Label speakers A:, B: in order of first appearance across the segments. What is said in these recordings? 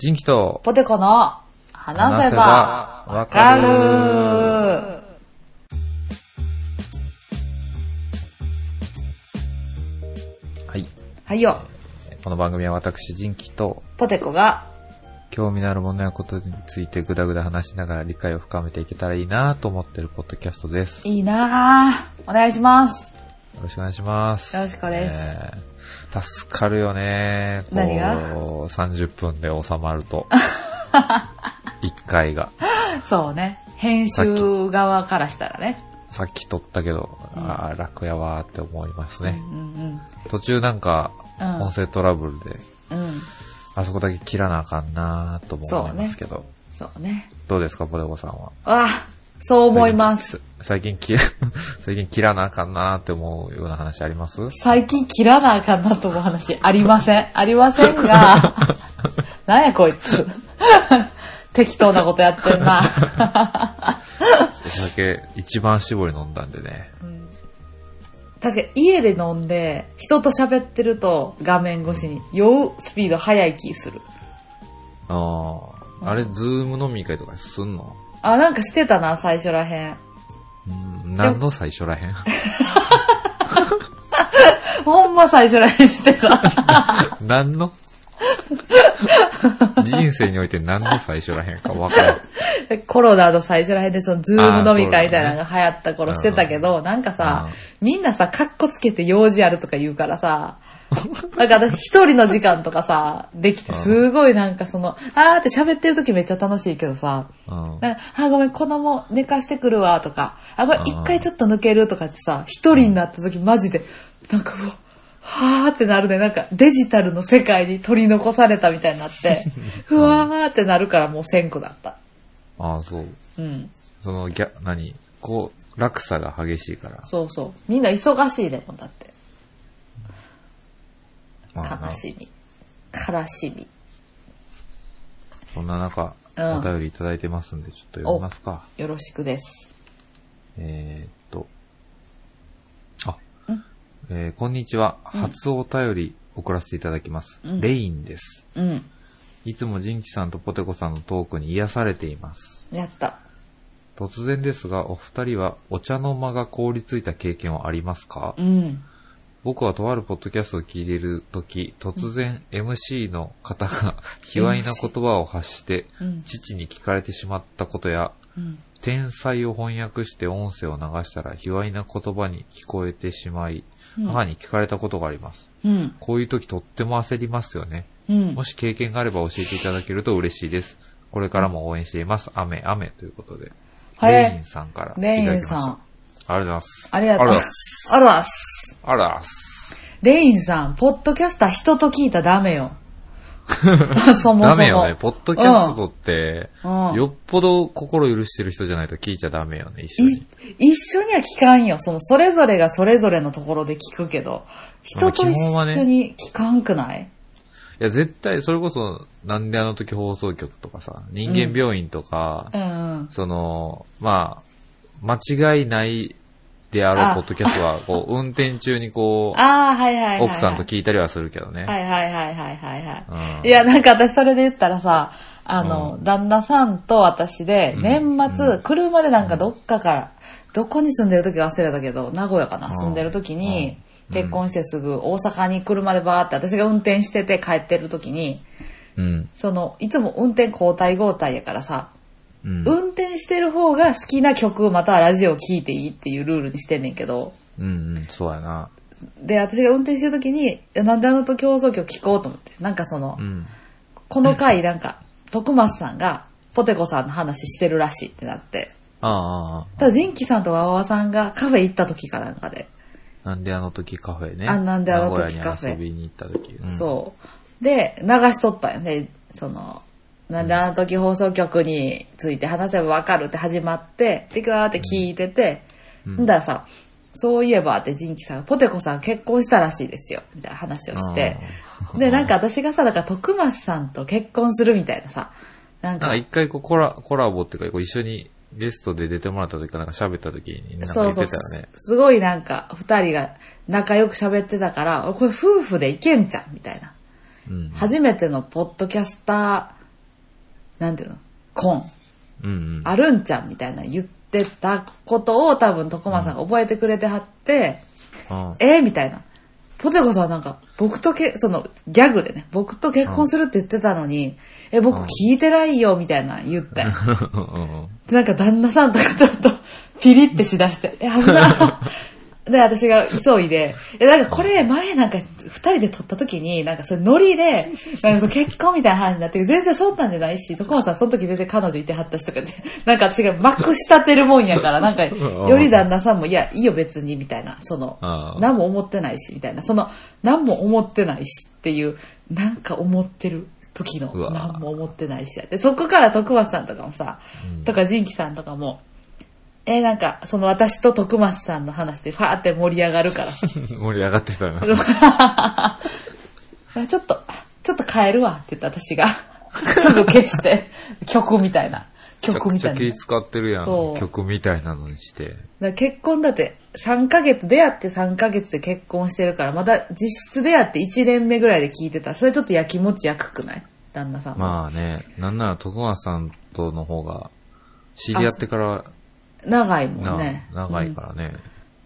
A: 人気と、
B: ポテコの話せば
A: わ
B: わかる
A: はい。
B: はいよ、
A: この番組は私、人気と、
B: ポテコが
A: 興味のあるものやことについてぐだぐだ話しながら理解を深めていけたらいいなと思ってるポッドキャストです。よ
B: いいなぁ。お願いします。
A: ろしくお願いします。
B: よろしくです
A: ねえ助かるよねこう
B: 何が
A: ?30 分で収まる と。1回が。
B: そうね。編集側からしたらね。
A: さっき撮ったけど、ああ、楽やわーって思いますね。
B: うん
A: 途中なんか、
B: うん
A: 音声トラブルで、
B: うん。うん。
A: あそこだけ切らなあかんなーとも思いますけど、
B: そうね。
A: どうですか、ポテコさんは。
B: わあ、そう思います。
A: 最近切、 最近切らなあかんなーって思うような話あります
B: 最近切らなあかんなと思う話ありません。ありませんが、 なんやこいつ。適当なことやってるな。
A: お酒一番搾り飲んだんでね。
B: 確かに家で飲んで、人と喋ってると画面越しに酔うスピード速い気する。
A: ああ、あれ、ズーム飲み会とかすんの
B: あ、なんかしてたな、最初らへん。
A: うん、何の最初らへん
B: ほんま最初らへんしてた。
A: 何の人生において何の最初らへんかわからん。
B: コロナの最初らへんで、そのズーム飲み会みたいなのが流行った頃してたけど、なんかさ、みんなさ、カッコつけて用事あるとか言うからさ、 なんか私一人の時間とかさ、できてすごいなんかその、あーって喋ってる時めっちゃ楽しいけどさ、
A: うん。
B: なんか、あ、ごめん、子供寝かしてくるわ、とか、あ、ごめん
A: う、ん
B: 一回ちょっと抜けるとかってさ、一人になった時マジで、なんか、うわ、はーってなるね。なんか、デジタルの世界に取り残されたみたいになって、ふわーってなるからもう千個だった。
A: ああ、そう。
B: うん。
A: その、ギャ、何こう、落差が激しいから。
B: そうそう。みんな忙しいでもんだって。
A: まあ
B: 悲しみ。悲しみ。
A: そんな中、
B: うん
A: お便りいただいてますんで、ちょっと読みますか。
B: よろしくです。
A: えー、っと。あ、えーこんにちは。初お便り送らせていただきます。
B: うん
A: レインです。
B: うん。
A: いつもジンキさんとポテコさんのトークに癒されています。
B: やった。
A: 突然ですが、お二人はお茶の間が凍りついた経験はありますか、
B: うん。
A: 僕はとあるポッドキャストを聞いているとき、突然 MC の方が 卑猥な言葉を発して、
B: うん。
A: 父に聞かれてしまったことや、
B: うん。
A: 天才を翻訳して音声を流したら卑猥な言葉に聞こえてしまい、
B: うん
A: 母に聞かれたことがあります。
B: うん。
A: こういう時とっても焦りますよね。
B: うん
A: も。し経験があれば教えていただけると嬉しいです。これからも応援しています。雨、雨ということで。
B: はい
A: レインさんからいた
B: レイ
A: だ
B: ン
A: きました。
B: さん。
A: ありがとうございます。
B: ありがとう
A: あ
B: ご
A: ら
B: ざいます。ありがとうございます。
A: あらっす。
B: レインさん、ポッドキャスター人と聞いたらダ メよ。そもそも。
A: ダメよね。ポッドキャストって、
B: うん
A: よっぽど心許してる人じゃないと聞いちゃダメよね、一緒
B: い
A: に。
B: 一緒には聞かんよ。その、それぞれがそれぞれのところで聞くけど、人と
A: まあ
B: 一
A: 基本はね
B: 緒に聞かんくない、
A: いや、絶対、それこそ、なんであの時放送局とかさ、人間病院とか、
B: うん。
A: その、まあ、間違いないであ
B: あ
A: ろうポッドキャストは、 こう、運転中にこう、
B: ああ、はいはいはい、はい。
A: 奥さんと聞いたりはするけどね。
B: はいはいはいはいはいはい。
A: うん
B: いや、なんか私それで言ったらさ、あの、
A: う
B: 旦那さんと私で、
A: うん
B: 年末、
A: うん
B: 車でなんかどっかから、どこに住んでる時か忘れたけど、名古屋かな、
A: うん
B: 住んでる時に、
A: うん
B: 結婚してすぐ大阪に車でバーって私が運転してて帰ってる時に、
A: うん。
B: その、いつも運転交代交代やからさ、
A: うん。
B: 運転してる方が好きな曲またはラジオを聴いていいっていうルールにしてんねんけど、
A: うん、うん、そうやな。
B: で、私が運転してる時に、いやなんであの時放送局聞こうと思って、なんかその
A: う、ん。
B: この回なんか、徳松さんが、ポテコさんの話してるらしいってなって。
A: ああ、
B: ただ、ジンキさんとワワワさんがカフェ行った時かなんかで。
A: なんであの時カフェね。
B: あなんであの時カフェ
A: 名古屋に遊びに行った時。うん
B: そう。で、流しとったよね。その、なんであの時放送局について話せばわかるって始まって、で、ガーって聞いてて、
A: うん
B: んだらさ、そういえばってジンキさんが、ポテコさん結婚したらしいですよ、みたいな話をして。で、なんか、私がさ、だから徳松さんと結婚するみたいなさ、な
A: な
B: ん
A: ん
B: か
A: か、一回こうコラ、コラボっていうか、こう一緒にゲストで出てもらった時かなんか喋った時に、なんか
B: そ
A: 言
B: う
A: っ
B: そ
A: て
B: う
A: たよね。
B: す。すごいなんか、二人が仲良く喋ってたから、俺これ夫婦でいけんじゃんみたいな。
A: うん。
B: 初めてのポッドキャスターなんていうの、コン、
A: うんうん。
B: あるんちゃんみたいな言ってたことを多分徳間さんが覚えてくれてはって、
A: あ
B: えみたいな。ポテコさんなんか、僕とけ、その、ギャグでね、僕と結婚するって言ってたのに、え、僕
A: うん
B: 聞いてないよ、みたいな言ったよ。
A: ーうんうん
B: でなんか旦那さんとかちょっと、 ピリってしだ して、やぶな。で、私が急いで、え、なんかこれ前なんか二人で撮った時に、なんかそれノリで、なんかその結婚みたいな話になって、全然そんなんじゃないし、徳間さんその時全然彼女いてはったしとかって、 なんか私がまくしたてるもんやから、なんか、より旦那さんも、いや、いいよ別に、みたいな、その、
A: あー。
B: 何も思ってないし、みたいな。その、何も思ってないしっていう、なんか思ってる時の、
A: うわ
B: 何も思ってないしや。で、そこから徳松さんとかもさ、
A: うん
B: とか仁紀さんとかも、えーなんか、その私と徳松さんの話でファーって盛り上がるから さ
A: 盛り上がってたな。
B: あ、ちょっと、ちょっと変えるわって言った私が、すぐ消して、曲みたいな。
A: めちゃ
B: 曲
A: く
B: み
A: ち
B: た
A: ゃ
B: いな。
A: 気使ってるや
B: そ
A: ん。
B: う
A: 曲みたいなのにして。
B: だから結婚だって3ヶ月、出会って3ヶ月で結婚してるから、まだ実質出会って1年目ぐらいで聞いてた。それちょっとやきもちやくくない旦那さん。
A: まあね、なんなら徳川さんとの方が、知り合ってから、
B: 長いもん
A: な
B: ね。
A: 長い
B: うん
A: からね。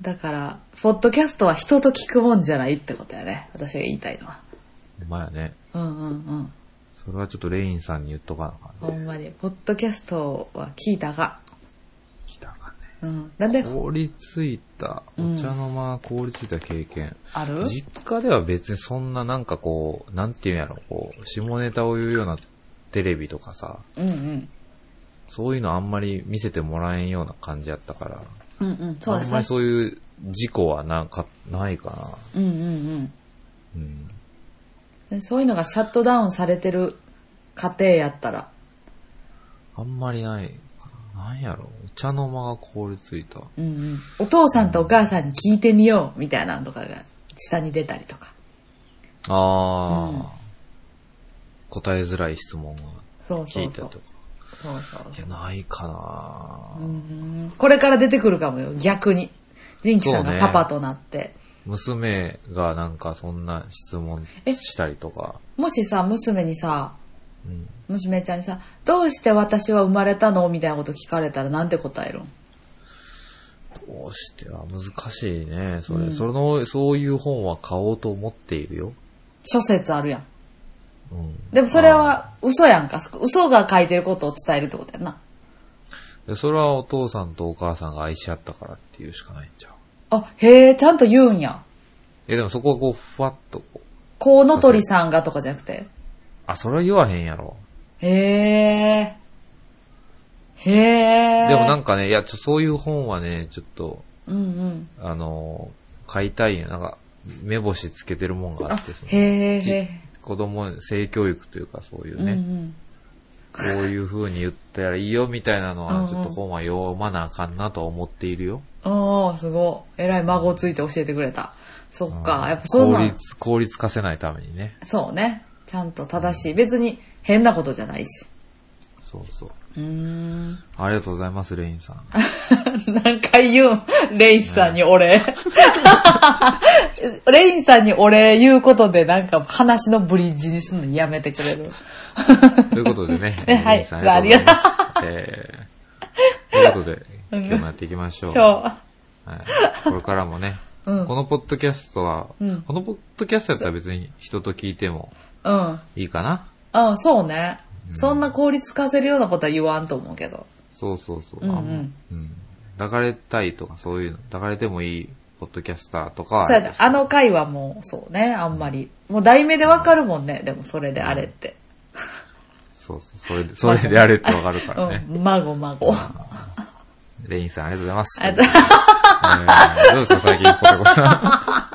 B: だから、ポッドキャストは人と聞くもんじゃないってことやね。私が言いたいのは。
A: ほんまやね。
B: うんうんうん。
A: それはちょっとレインさんに言っとかなあかんね
B: ほんまに、ポッドキャストは聞いたが。
A: 来たかね。
B: うん。なんで、
A: 凍りついた、お
B: うん
A: 茶の間凍りついた経験。
B: ある
A: 実家では別にそんななんかこう、なんていうんやろ、こう、下ネタを言うようなテレビとかさ、
B: うんうん。
A: そういうのあんまり見せてもらえんような感じやったから、
B: うんうん。そう
A: あ
B: で
A: ん
B: す
A: ま
B: ね
A: り。そういう事故はなんか、ないかな。
B: うんうんうん。
A: うん。
B: でそういうのがシャットダウンされてる家庭やったら、
A: あんまりないかな。なんやろ、お茶の間が凍りついた。
B: うんうん、お父さんとお母さんに聞いてみようみたいなのとかが下に出たりとか。
A: あー。
B: うん
A: 答えづらい質問が
B: そうそ
A: 聞いうた
B: そ
A: と
B: う
A: か。。
B: そうそう
A: いや、ないかな、
B: うんこれから出てくるかもよ、逆に。ジンキさん
A: そう
B: が
A: ね
B: パパとなって。
A: 娘がなんかそんな質問したりとか。
B: もしさ、娘にさ、
A: うん
B: 娘ちゃんにさ、どうして私は生まれたのみたいなこと聞かれたらなんて答えるん
A: どうしては難しいね。それ、
B: うん
A: その、そういう本は買おうと思っているよ。
B: 諸説あるやん。
A: うん。
B: でもそれは嘘やんか。嘘が書いてることを伝えるってことやんな。
A: でそれはお父さんとお母さんが愛し合ったからっていうしかないんちゃう。
B: あ、へえ、ちゃんと言うんや。
A: え、でもそこはこう、ふわっとこう。
B: コウノトリさんがとかじゃなくて。
A: あ、それは言わへんやろ。
B: へー。へー。
A: でもなん
B: か、
A: んかね、いや、ちょそういう本はね、ちょっと、
B: うんうん。
A: あのー、買いたいんや。なんか、目星つけてるもんがあって、その
B: へーへ
A: 子供、性教育というかそういう
B: ー。うんう
A: ね、
B: ん。
A: こういう風に言ったらいいよみたいなの
B: うんう
A: は、
B: ん
A: ちょっと本は読まなあかんなとは思っているよ。
B: おー、すごい。えらい孫ついて教えてくれた。そっか。やっぱそん
A: 効
B: なん、
A: 率、効率化せないためにね。
B: そうね。ちゃんと正しい。別に変なことじゃないし。
A: そうそう。
B: うーん。
A: ありがとうございます、レインさん。
B: 何回言うんレインさんに お礼。レインさんにお礼言うことでなんか話のブリッジにすんのやめてくれる。、
A: ということでね
B: ね はい
A: レインさんありがとうございます。えー、ということで、
B: ん
A: 今日もやっていきまし ょう。
B: 今
A: はい、これからもね、
B: うん
A: このポッドキャストは、
B: うん
A: このポッドキャストやったら別に人と聞いても
B: 日。うん。
A: いいかな。
B: うん、そうね。そんな効率化せるようなことは言わんと思うけど。
A: そうそうそう。
B: うんうん
A: あもううん抱かれたいとかそういうの、抱かれてもいいポッドキャスターとかは
B: そうやね。あの回はもう、そうね、あんまり。もう題名でわかるもんね。でもそれであれって。
A: そうそう、それで、それでやれってわかるからね。
B: うん、孫孫。
A: レインさんありがとうございます。
B: ありがとう
A: えーどうですか最近、ポテコさ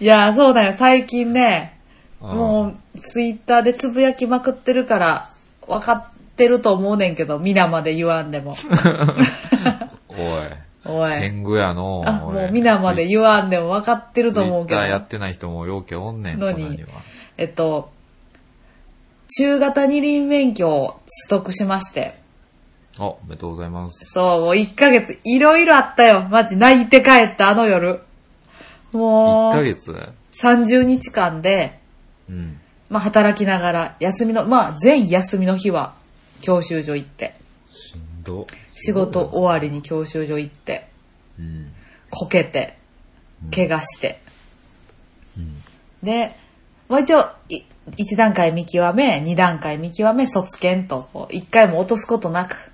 B: いや、そうだよ。最近ね、
A: ん。
B: もう、ツイッターでつぶやきまくってるから、わかってると思うねんけど、皆まで言わんで も。
A: うん。おい。
B: おい。
A: 天狗やの
B: あ、もう皆まで言わんでもわかってると思う
A: ツイ
B: けど。
A: ッターやってない人もようけおんねん、
B: のに
A: こんなは。
B: えっと、中型二輪免許を取得しまして。
A: あ、おめでとうございます。
B: そう、もう1ヶ月、いろいろあったよ。マジ、泣いて帰った、あの夜。も
A: 1ヶ
B: う、
A: 月
B: 30日間で、
A: うん。
B: まあ働きながら、休みの、まあ全休みの日は教習所行って、
A: しんど。
B: 仕事終わりに教習所行って、
A: うん。
B: こけて、怪我して。で、まあ一応、い一段階見極め、二段階見極め、卒検と、こう一回も落とすことなく、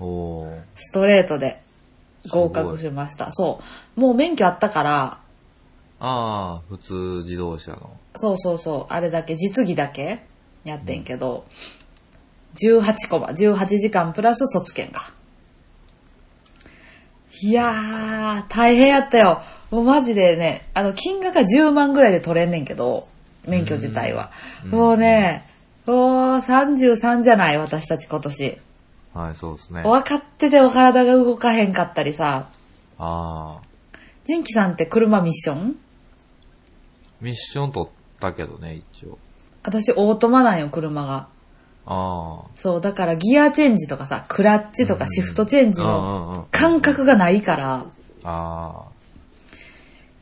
A: おー。
B: ストレートで合格しました。そう。もう免許あったから、
A: ああ、普通自動車の。
B: そうそうそう、あれだけ、実技だけやってんけど、18コマ、18時間プラス卒検か。いやー、大変やったよ。もうマジでね、あの、金額が10万ぐらいで取れんねんけど、免許自体は。もうね、おー、33じゃない、私たち今年。
A: はい、そうですね。あ
B: 分かっててお体が動かへんかったりさ、
A: あー。
B: ジンキさんって車ミッション
A: ミッション取ったけどね、一応。
B: 私、オートマなんよ、車が。
A: あ
B: そう、だからギアチェンジとかさ、クラッチとかシフトチェンジ
A: あ。う
B: の
A: んうんうん。
B: 感覚がないから、
A: あ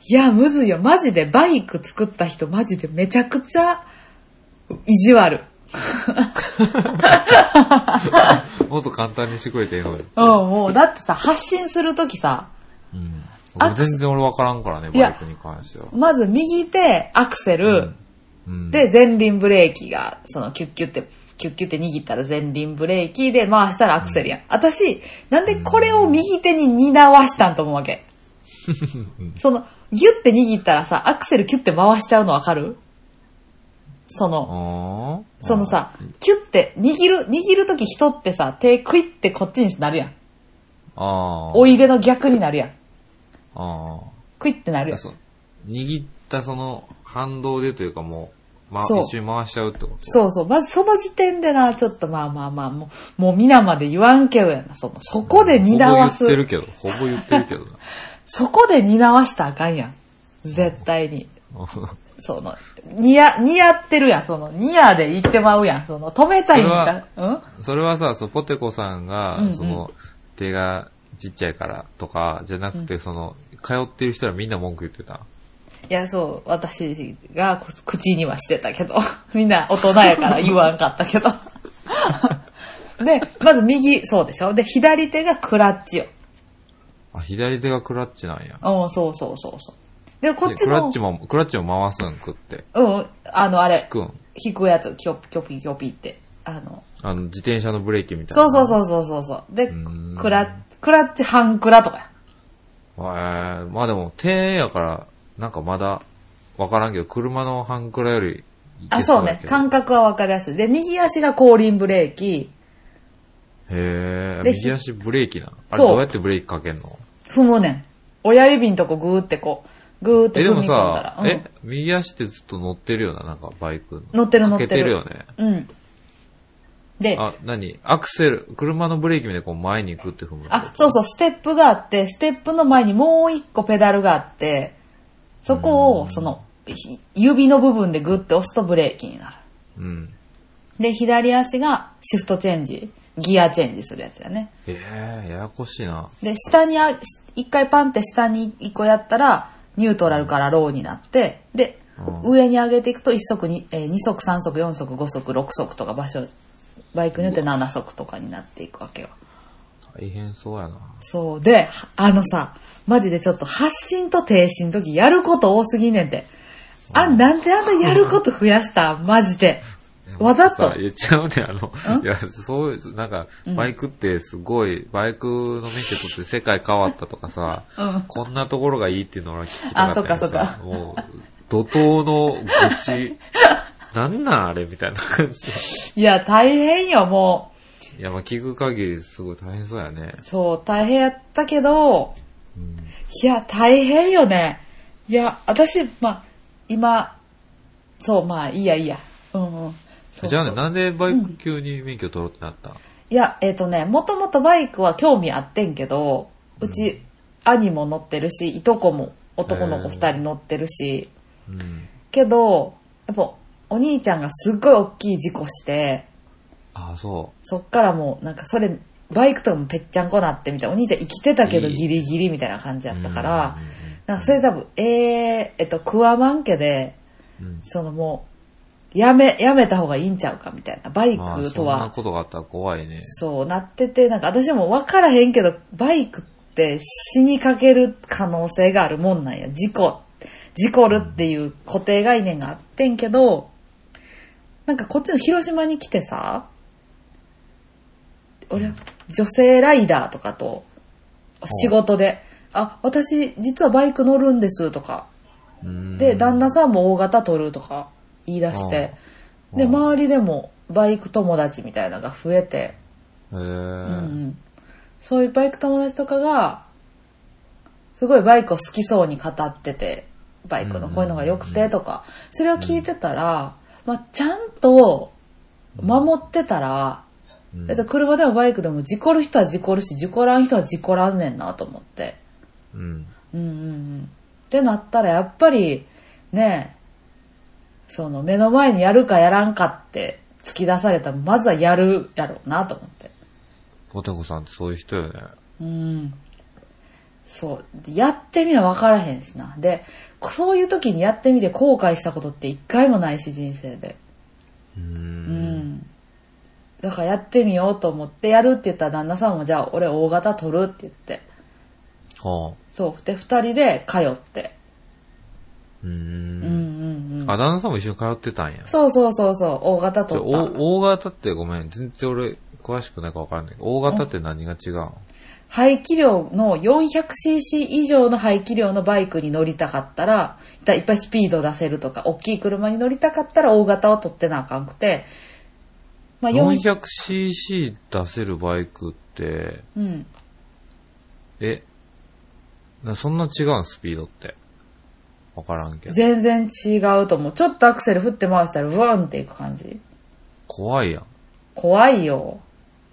B: いや、むずいよ。マジで、バイク作った人、マジでめちゃくちゃ、意地悪。
A: あ。もっと簡単にしてくれていいのに。
B: うん、もう、だってさ、発進するときさ、
A: うん。
B: アクセ
A: 全然俺わからんからね、
B: いや
A: バイクに関しては。
B: まず右手、アクセル、
A: うん。
B: で、前輪ブレーキが、その、キュッキュって、キュッキュって握ったら前輪ブレーキで回したらアクセルやん。私、なんでこれを右手に担わしたんと思うわけ。その、ギュッて握ったらさ、アクセルキュッて回しちゃうのわかるその、
A: ああ。
B: そのさ、キュッて握る、握るとき人ってさ、手クイってこっちになるやん。
A: ああ。
B: おいでの逆になるやん。
A: あ
B: クイってなるや
A: あ。
B: ん。
A: そう。握ったその反動でというかもう、まあ、
B: そう
A: 一緒に回しちゃうってこと
B: そうそう。まずその時点でな、ちょっとまあまあまあ、もう、もう皆まで言わんけどやな。その、そこで担わす。
A: ほぼ言ってるけど、ほぼ言ってるけどな。
B: そこで担わしたらあかんやん。絶対に。その、似合、似合ってるやん。その、似合で言ってまうやん。その、止めたいんだ。うん
A: それはさ、そうポテコさんが、
B: うんうん
A: その、手がちっちゃいからとか、じゃなくて、その、通ってる人らみんな文句言ってた。
B: いや、そう、私がこ口にはしてたけど、 みんな大人やから言わんかったけ ど。で、まず右、そうでしょで、左手がクラッチよ。
A: あ、左手がクラッチなんや。
B: うん、そうそうそうそう。で、こっ
A: で
B: ち
A: クラッ
B: の
A: チ、も、クラッチも回すんくって。
B: うん、あの、あれ、
A: くん。
B: 引くやつ、キョピキョピキョピって。あの、
A: あの、自転車のブレーキみたい
B: そ
A: な。
B: うそうそうそうそうそう。で
A: うん、
B: クラッ、クラッチ半クラとかや。
A: えー、まあでも、手やから、なんかまだ、わからんけど、車の半クラよりいけ
B: あ、
A: やけど、
B: そうね。感覚はわかりやすい。で、右足が後輪ブレーキ、
A: へえ、
B: で
A: 右足ブレーキな。あれ
B: そう
A: どうやってブレーキかけんの
B: 踏むねん。親指んとこグーってこう、グーって
A: え、で
B: 踏
A: も
B: み込んだら
A: さ。、
B: うん
A: え、右足ってずっと乗ってるよな、なんかバイク。
B: 乗ってる乗って
A: かけ
B: る
A: てるよね。
B: うん。で、あ
A: あ、何アクセル、車のブレーキみたいにこう前に行くって踏む。
B: そうそう、ステップがあって、ステップの前にもう一個ペダルがあって、そこを、その、ひ指の部分でグッて押すとブレーキになる。
A: う。うん。
B: で、左足がシフトチェンジ、ギアチェンジするやつだね。
A: ええややこしいな。
B: で、下にあ、し一回パンって下に一個やったら、ニュートラルからローになって、で、
A: うん
B: 上に上げていくと1足に、え2足、3足、4足、5足、6足とか場所、バイクによって7足とかになっていくわけよ。
A: 大変そうやな。
B: そう。で、あのさ、マジでちょっと発進と停止の時やること多すぎんねんて。あ、なんであんなやること増やしたマジ で。わざと
A: さ。言っちゃうね、あの、いや、そういう、なんか、バイクってすごい、バイクの免許取って世界変わったとかさ、
B: うん
A: こんなところがいいっていうのを俺は聞きた
B: あ
A: かったんやけどさ
B: そっかそっか
A: もう、怒涛の愚 痴、なんなんあれみたいな感じ。
B: いや、大変よ、も
A: いや、まあ聞く限りすごい大変そうやね
B: う。。そう、大変やったけど、いや、大変よね。いや、私、まあ、今、そう、まあ、いいや、いいや。うん、うん。そう
A: じゃあね、
B: そう
A: なんでバイク急に免許取ろうってなった、
B: いや、えっ、とね、もともとバイクは興味あってんけど、うち、兄も乗ってるし、いとこも男の子二人乗ってるし、
A: うん、
B: けど、やっぱ、お兄ちゃんがすっごい大きい事故して、
A: ああ、そ
B: そっからもう、なんかそれ、バイクとかもぺっちゃんこなってみたいな、お兄ちゃん生きてたけど
A: いい
B: ギリギリみたいな感じ
A: う。
B: やったから、
A: うん
B: なんかそれ多分、えー、えっと、クワマン家で、
A: うん
B: そのもう、やめ、やめた方がいいんちゃうかみたいな。バイ
A: まあ、
B: ク
A: そ
B: と
A: んな
B: は、
A: ことがあったら怖いね。
B: そうなってて、なんか私も分からへんけど、バイクって死にかける可能性があるもんなんや。事故、事故るっていう固定概念があってんけど、なんかこっちの広島に来てさ、俺、女性ライダーとかと、仕事で、あ、私、実はバイク乗るんですとか、
A: うん
B: で、旦那さんも大型取るとか言い出して、
A: うん
B: で、
A: うん
B: 周りでもバイク友達みたいなのが増えて、
A: へ
B: うんう
A: ー
B: んそういうバイク友達とかが、すごいバイクを好きそうに語ってて、バイクのこういうのが良くてとか、それを聞いてたら、まあ、ちゃんと守ってたら、
A: うん
B: 別に車でもバイクでも事故る人は事故るし、事故らん人は事故らんねんなと思って。
A: うん。
B: うんうんうん。ってなったらやっぱり、ねえ、その目の前にやるかやらんかって突き出されたら、まずはやるやろうなと思って。
A: ポテコさんってそういう人よね。
B: うん。そう。やってみな分からへんしな。で、そういう時にやってみて後悔したことって一回もないし、人生で。
A: う。
B: うんん。だからやってみようと思ってやるって言ったら旦那さんもじゃあ俺大型取るって言って。
A: はあ。
B: そう。で、二人で通って。
A: う
B: うん
A: ん。
B: うんうん。
A: あ、旦那さんも一緒に通ってたんや。
B: そうそうそうそう、大型
A: で
B: 取った。
A: お大型ってごめん、全然俺詳しくないから分からんないけど、大型って何が違うの
B: 排気量の 400cc 以上の排気量のバイクに乗りたかったら、いっぱいスピード出せるとか、大きい車に乗りたかったら大型を取ってなあかんくて、まあ、400
A: 400cc 出せるバイクって、
B: うん。
A: え、なそんな違うんスピードって。分からんけど。
B: 全然違うと思う。ちょっとアクセル振って回したら、ブワンっていく感じ。
A: 怖いやん。
B: 怖いよ。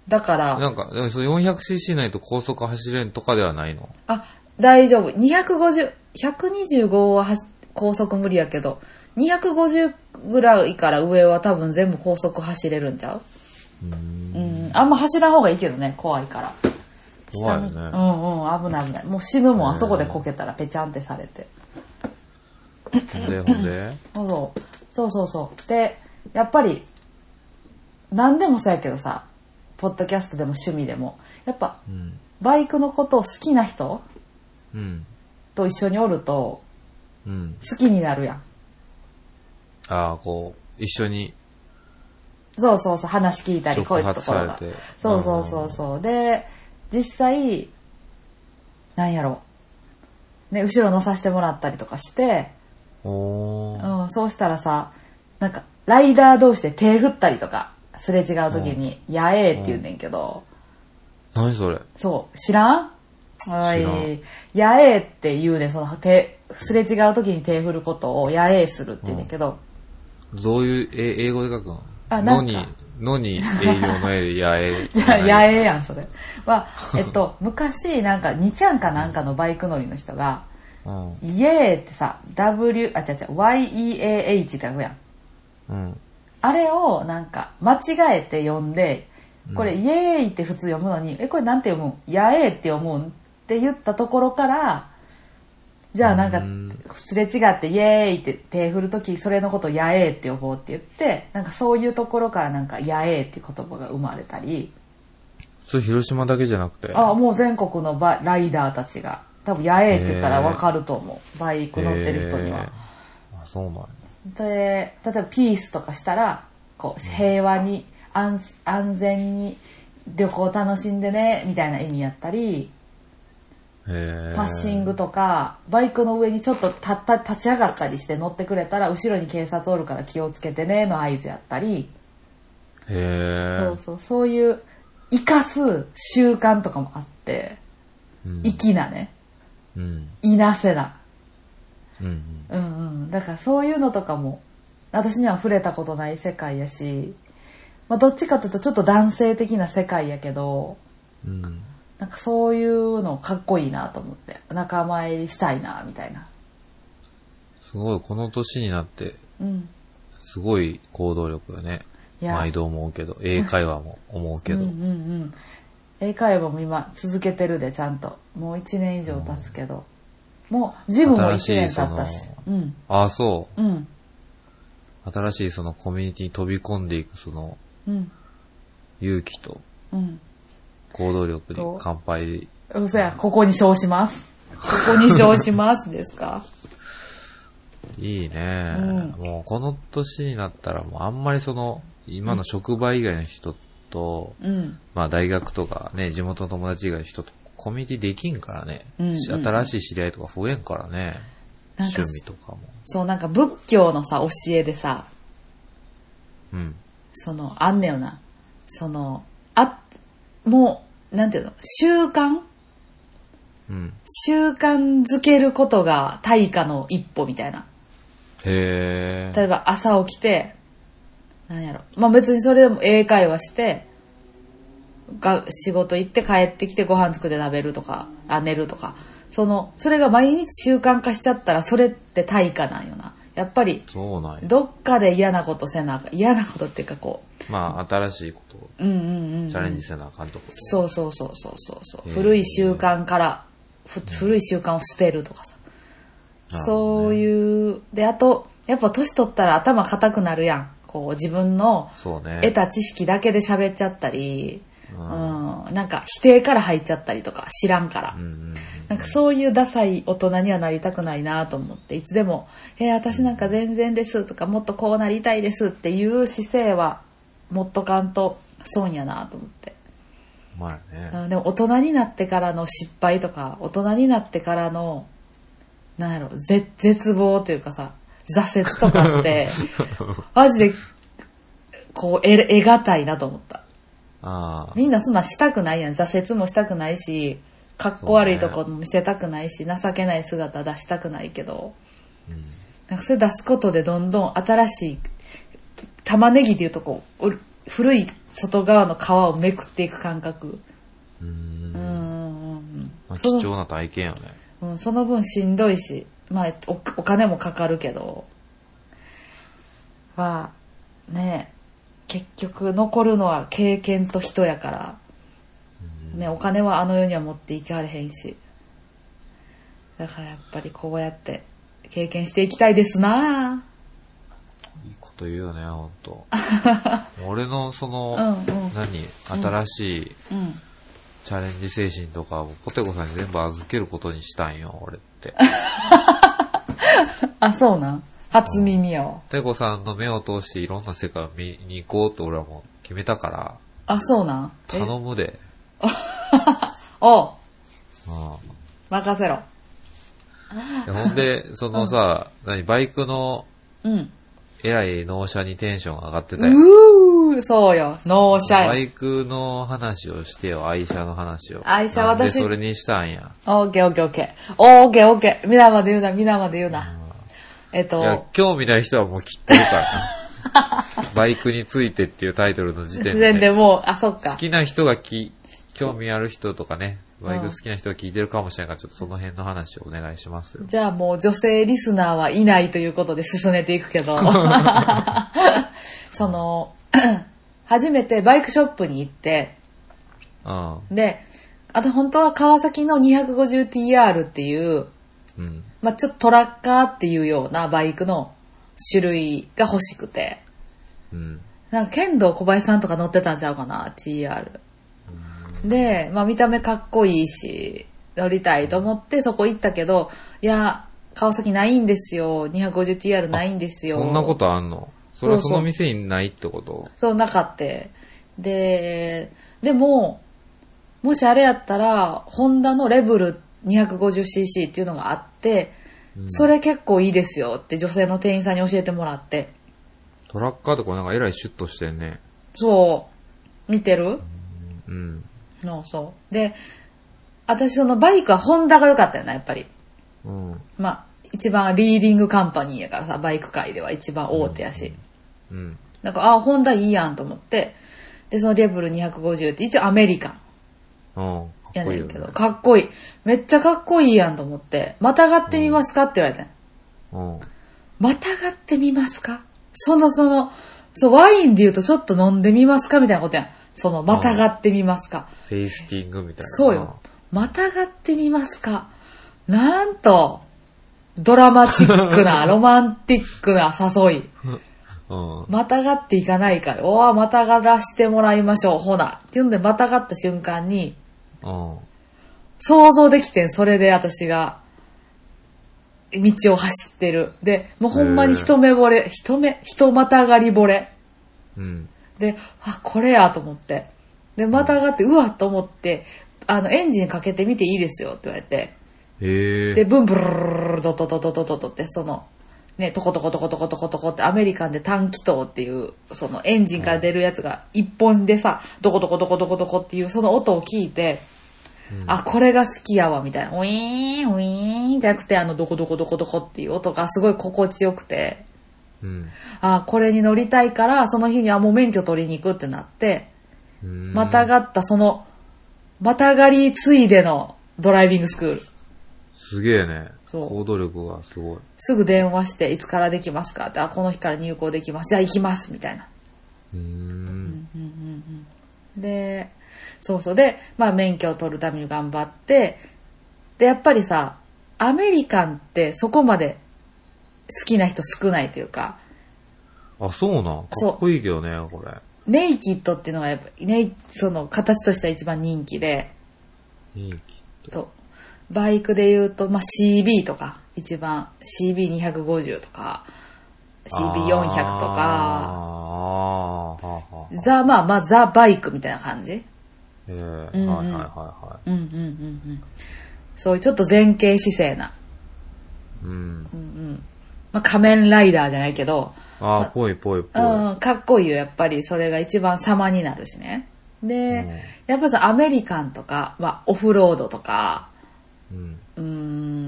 B: だから、
A: なんか、でもその 400cc ないと高速走れんとかではないの
B: あ、大丈夫。250、125はは高速無理やけど、250ぐらいから上は多分全部高速走れるんちゃううん。あんま走らん方がいいけどね、怖いから。
A: 怖いよね
B: 下のうんうん、危ない危ない。もう死ぬもん、あそこでこけたらペチャンってされて。
A: ほんで、ほんで。
B: そうそうそうそう。で、やっぱり、何でもそうやけどさ、ポッドキャストでも趣味でも、やっぱ
A: うん。
B: バイクのことを好きな人
A: うん。
B: と一緒におると
A: うん。
B: 好きになるやん。
A: ああ、こう、一緒に
B: そうそうそう、話聞いたり、こ
A: 触
B: ういう
A: 発
B: とこ
A: さ
B: ろ
A: れ
B: が。
A: て。
B: そうそうそうそう。で、実際、なんやろね、後ろ乗させてもらったりとかして、
A: うん。おー。
B: うん、そうしたらさ、なんか、ライダー同士で手振ったりとか、すれ違う時に、やえーって言うねんけど、
A: 何それ
B: そう、知らんは
A: 知らん
B: い。やえーって言うねん、その手、すれ違う時に手振ることをやえーするって言うねんけど、
A: どういう、え、英語で書くの
B: あな
A: の
B: んか
A: に、のに、営業の絵、やえ。
B: じゃあ、やえやん、それ。は、えっ と、昔、なんか、にちゃんかなんかのバイク乗りの人が、
A: うん。
B: イエーってさ、W、あ、違う違う、YEAH って書くやん。
A: うん。
B: あれを、なんか、間違えて読んで、これ、イエーイって普通読むのに、え、これなんて読むんやえーって読むんって言ったところから、じゃあなんか
A: うん、
B: すれ違って、イエーイって手振るとき、それのことをやえーって呼ぼうって言って、なんかそういうところからなんか、やえーっていう言葉が生まれたり、
A: それ広島だけじゃなくて。
B: あ、もう全国のバライダーたちが、多分、やえって言ったらわかると思う。バイク乗ってる人には。
A: えー。あ、そうなんや。
B: で、例えばピースとかしたら、こう、平和に、安、安全に、旅行楽しんでね、みたいな意味やったり、
A: へえ。
B: パッシングとか、バイクの上にちょっと立った、立ち上がったりして乗ってくれたら、後ろに警察おるから気をつけてね、の合図やったり、
A: へえ。
B: そうそう、そういう、生かす習慣とかもあって、
A: うん。
B: 粋なね、
A: うん。
B: いなせな。
A: うん。
B: うんうん。だからそういうのとかも、私には触れたことない世界やし、まあどっちかというとちょっと男性的な世界やけど、
A: うん。
B: なんかそういうのかっこいいなと思って、仲間入りしたいな、みたいな。
A: すごい、この年になって、
B: うん。
A: すごい行動力よね。
B: いや
A: 毎度思うけど、英会話も思うけど。
B: うんうんうん。英会話も今続けてるで、ちゃんと。もう1年以上経つけど。もう、ジムも
A: 新
B: 1
A: しい
B: 年経ったし。うん。
A: あ、そ
B: うん。
A: う。新しいそのコミュニティに飛び込んでいくその
B: うん。
A: 勇気と
B: うん。
A: 行動力に
B: そう
A: 乾杯。
B: 嘘や、ここに称します。ここに称しますですか
A: いいね、
B: う
A: もうこの年になったらもうあんまりその今の職場以外の人と、
B: うん。
A: まあ大学とかね、地元の友達以外の人とコミュニティできんからね。
B: うんうんうん
A: 新しい知り合いとか増えんからね。
B: なん
A: 趣
B: か、
A: 味とかも。
B: そう、なんか仏教のさ、教えでさ、
A: うん。
B: その、あんねよな。その、あ、もう、なんていうの、習慣
A: うん。
B: 習慣づけることが対価の一歩みたいな。
A: へ
B: 例
A: え。
B: えば朝起きて、なんやろ。まあ別にそれでも英会話して、が仕事行って帰ってきてご飯作って食べるとか、あ、寝るとか。その、それが毎日習慣化しちゃったら、それって対価なんよな。やっぱり、
A: そうなんや。
B: どっかで嫌なことせなあかん、嫌なことっていうかこ
A: まあ、新しいことを
B: う、うんうんうんうん。
A: チャレンジせなあかんとこ。
B: そうそうそうそうそうそう。
A: へー
B: 古い習慣から、ふ古い習慣を捨てるとかさ。
A: なるほど
B: そう
A: ね
B: いう、で、あと、やっぱ年取ったら頭固くなるやん。こう、自分の
A: そうね。
B: 得た知識だけで喋っちゃったり、
A: う。
B: うん
A: うん
B: ん、なんか否定から入っちゃったりとか、知らんから
A: う。ん
B: なんかそういうダサい大人にはなりたくないなと思って、いつでも、えー、私なんか全然ですとか、もっとこうなりたいですっていう姿勢は、持っとかんと損やなと思って。
A: うん。まあね。
B: うん、でも大人になってからの失敗とか、大人になってからの、なんやろ、絶、絶望というかさ、挫折とかって、マジで、こう、え、得がたいなと思った。
A: ああ。
B: みんなそんなしたくないやん。挫折もしたくないし、かっこ悪いとこも見せたくないし、情けない姿出したくないけど、なんかそれ出すことでどんどん新しい、玉ねぎでいうとこう、おる古い外側の皮をめくっていく感覚。
A: う。
B: うんんうんうん
A: まあ、貴
B: その
A: 重な体験よね。
B: うん、その分しんどいし、まあ、おお金もかかるけど、まあ、ねえ結局残るのは経験と人やから、ね、お金はあの世には持っていかれへんし。だからやっぱりこうやって経験していきたいですない
A: いこと言うよね、ほん と。俺のその、
B: あうんうん。
A: 何新しい
B: うん。
A: チャレンジ精神とかをポテコさんに全部預けることにしたんよ、俺 って。
B: あ、そうなん初耳やわ。
A: ポテコさんの目を通していろんな世界を見に行こうって俺はもう決めたから、
B: あ、そうなんえ
A: 頼むで。
B: おう
A: うん
B: 任せろ。
A: でほんで、そのさ、何、バイクの
B: うん。
A: 偉い納車にテンション上がってたよ。
B: うーそうよ。納車や
A: バ。イクの話をしてよ、愛車の話を。
B: 愛車
A: なんで
B: 私
A: それにしたんや。
B: オッケーオッケーオッケー。オッケーオッケー。皆まで言うな、皆まで言うな。えっ
A: いや
B: と、、
A: 興味ない人はもう切ってる からな。バイクについてっていうタイトルの時点で。
B: 全然もう、あ、そっ
A: 好
B: か。
A: きな人がき、興味ある人とかね、バイ
B: う
A: ク
B: ん
A: 好きな人が聞いてるかもしれないから、ちょっとその辺の話をお願いしますよ。
B: じゃあもう女性リスナーはいないということで進めていくけど。 その、 初めてバイクショップに行って、
A: うん。
B: で、あと本当は川崎の 250TR っていう、
A: うん。
B: まあ、ちょっとトラッカーっていうようなバイクの種類が欲しくて。
A: うん。
B: なんか剣道小林さんとか乗ってたんちゃうかな、TR。で、まあ見た目かっこいいし、乗りたいと思ってそこ行ったけど、いや、川崎ないんですよ。250TR ないんですよ。
A: そんなことあんのそれはその店にないってこと
B: そう、なかって。で、でも、もしあれやったら、ホンダのレブル 250cc っていうのがあって、それ結構いいですよって女性の店員さんに教えてもらって。
A: トラッカーとかなんかえらいシュッとしてんね。
B: そう、見てる
A: うん。
B: の、そう。で、私そのバイクはホンダが良かったよな、やっぱり。
A: うん。
B: まあ、一番リーディングカンパニーやからさ、バイク界では一番大手やし。
A: うん。
B: なんか、あ、ホンダいいやんと思って、で、そのレブル250って一応アメリカン
A: うん。か
B: や
A: っこい
B: ね
A: いよ、
B: ん
A: ね
B: け。ど、かっこいい。めっちゃかっこいいやんと思って、またがってみますかって言われたんや
A: うん。
B: またがってみますかそのその、そう、ワインで言うとちょっと飲んでみますかみたいなことやん。その、またがってみますか。
A: テイスティングみたいな。
B: そうよ。。またがってみますか。なんと、ドラマチックな、ロマンティックな誘い。
A: うん。
B: またがっていかないから、おーまたがらしてもらいましょう、ほな。っていうんで、またがった瞬間に、
A: うん。
B: 想像できてん、それで私が、道を走ってる。で、もうほんまに一目惚れ、一目、一またがり惚れ。
A: うん。
B: で、あ、これやと思って。で、またがって、うわっと思って、あの、エンジンかけてみていいですよって言われて。
A: へえ。
B: で、ブンブルルルルドトトトトトトって、その、ね、トコトコトコトコトコトコってアメリカンで短気筒っていう、そのエンジンから出るやつが一本でさ、ドコドコドコドコドコっていうその音を聞いて、あ、これが好きやわ、みたいな。ウィーン、ウィーンじゃなくて、あの、ドコドコドコドコっていう音がすごい心地よくて、
A: うん。
B: あ、これに乗りたいから、その日にはもう免許取りに行くってなって、
A: うん
B: また。がったその、またがりついでのドライビングスクール。
A: すげえね。
B: そう
A: 行動力がすごい。
B: すぐ電話して、いつからできますかって、あ、この日から入校できます。じゃあ行きます。みたいな。
A: うーん。
B: で、そうそう。で、まあ免許を取るために頑張って、で、やっぱりさ、アメリカンってそこまで好きな人少ないというか、
A: あ、そうなん。か
B: そう
A: っこいいけどね、これ。
B: ネイキッドっていうのがやっぱ、ネイ、その形としては一番人気で、
A: いいき。
B: と、バイクで言うと、まあ CB とか、一番 CB250 とか、CB400 とか、
A: あーあー、はあはあ。
B: ザ、まあまあ、ザ・バイクみたいな感じ
A: ええ
B: うんうん
A: はいはいはいは
B: うんうんうんうん。そういうちょっと前傾姿勢な。
A: い。うん。
B: まあ、仮面ライダーじゃないけど、
A: あー、ぽいぽいぽ
B: う
A: い。
B: ん、かっこいいよ、やっぱり。それが一番様になるしね。で、やっぱさ、アメリカンとか、まあ、オフロードとか、
A: うん。
B: うー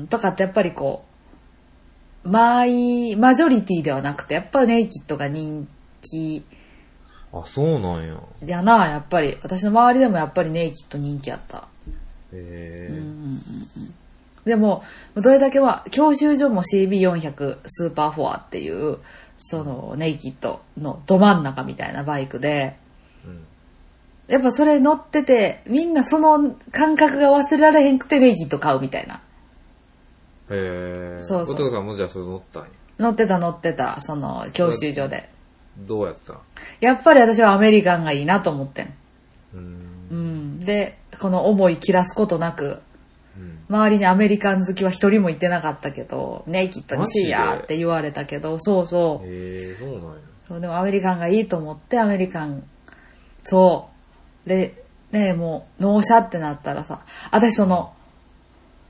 B: ん、とかってやっぱりこう、マイ、マジョリティではなくて、やっぱネイキッドが人気
A: あ、そうなんや。
B: やな、やっぱり。私の周りでもやっぱりネイキッド人気やった。
A: ええ
B: でも、どれだけは、教習所も CB400 スーパーフォアっていう、そのネイキッドのど真ん中みたいなバイクで、
A: うん
B: やっぱそれ乗ってて、みんなその感覚が忘れられへんくてネイキッド買うみたいな。
A: へえ。
B: そうそう
A: お父さんもじゃあそれ乗ったんや。
B: 乗ってた乗ってた、その教習所で。
A: どうやったん
B: やっぱり私はアメリカンがいいなと思ってん。
A: うーん。
B: うん。で、この思い切らすことなく、
A: うん。
B: 周りにアメリカン好きは一人もいてなかったけど、ネイキッドにしい
A: マジ
B: や
A: で
B: って言われたけど、そうそう。
A: ええそうなんや。
B: そう、でもアメリカンがいいと思って、アメリカン、そう。で、ねもう、納車ってなったらさ、私その、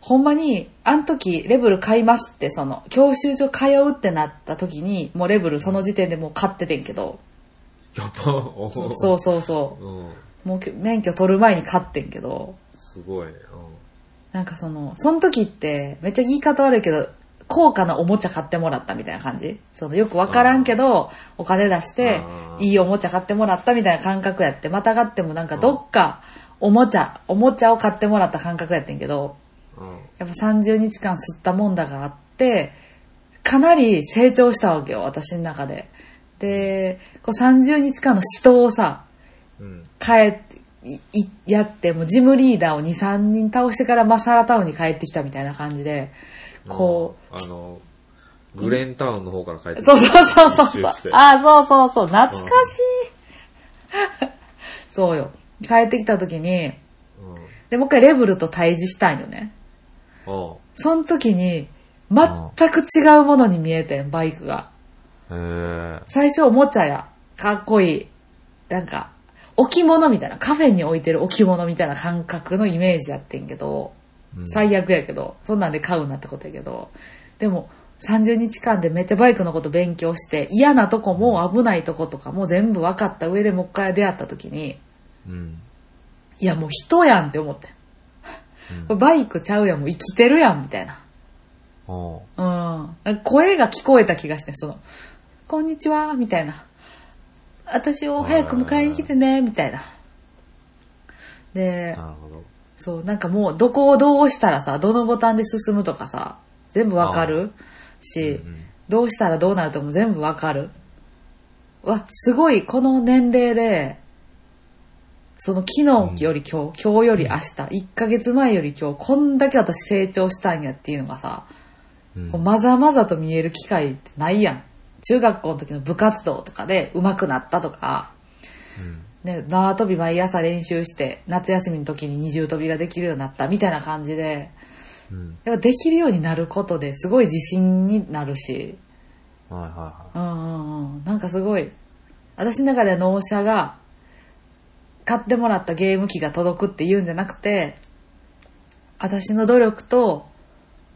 B: ほんまに、あの時、レブル買いますって、その、教習所通うってなった時に、もうレブルその時点でもう買っててんけど、
A: やっぱ、お
B: そう
A: う。
B: そうそうそ
A: うん。
B: う、もうき免許取る前に買ってんけど、
A: すごいね。
B: なんかその、その時って、めっちゃ言い方悪いけど、高価なおもちゃ買ってもらったみたいな感じそのよくわからんけど、お金出して
A: あ、ー
B: いいおもちゃ買ってもらったみたいな感覚やって、またがってもなんかどっか、おもちゃ、おもちゃを買ってもらった感覚やってんけど、
A: うん。うん。
B: やっぱ30日間吸ったもんだがあって、かなり成長したわけよ、私の中で。で、こう30日間の死闘をさ、
A: うん。
B: 帰って、いいやって、もうジムリーダーを2、3人倒してからマサラタウンに帰ってきたみたいな感じで、こ
A: うん。あの、グレーンタウンの方から帰ってき
B: う、そ
A: た
B: うそうそうそうそう
A: 一周して、
B: ああ、そうそうそう、懐かしい。そうよ。帰ってきた時に、
A: うん。うん。
B: で、もう一回レブルと対峙したいよね。その時に、全く違うものに見えてん、バイクが。
A: へえ
B: 最初おもちゃや、かっこいい、なんか、置物みたいな、カフェに置いてる置物みたいな感覚のイメージやってんけど、
A: うん
B: 最悪やけど、そんなんで買うなってことやけど、でも、30日間でめっちゃバイクのこと勉強して、嫌なとこも危ないとことかも全部分かった上でもう一回出会った時に、
A: うん。
B: いやもう人やんって思ってん
A: うん
B: これバイクちゃうやん、もう生きてるやん、みたいな。
A: うん。
B: うん。なんか声が聞こえた気がして、その、こんにちは、みたいな。私を早く迎えに来てね、みたいな。で、
A: なるほど。
B: そう、なんかもう、どこをどう押したらさ、どのボタンで進むとかさ、全部わかるし、
A: うんうん
B: どうしたらどうなるとかも全部わかる。わ、すごい、この年齢で、その昨日より今日、今日より明日、1ヶ月前より今日、こんだけ私成長したんやっていうのがさ、
A: うん
B: こうまざまざと見える機会ってないやん。中学校の時の部活動とかで上手くなったとか、ね、縄跳び毎朝練習して、夏休みの時に二重跳びができるようになったみたいな感じで、
A: うん。うん。
B: やっぱできるようになることですごい自信になるし、
A: はいはいは
B: うんうんうん。なんかすごい、私の中では納車が、買ってもらったゲーム機が届くって言うんじゃなくて、私の努力と、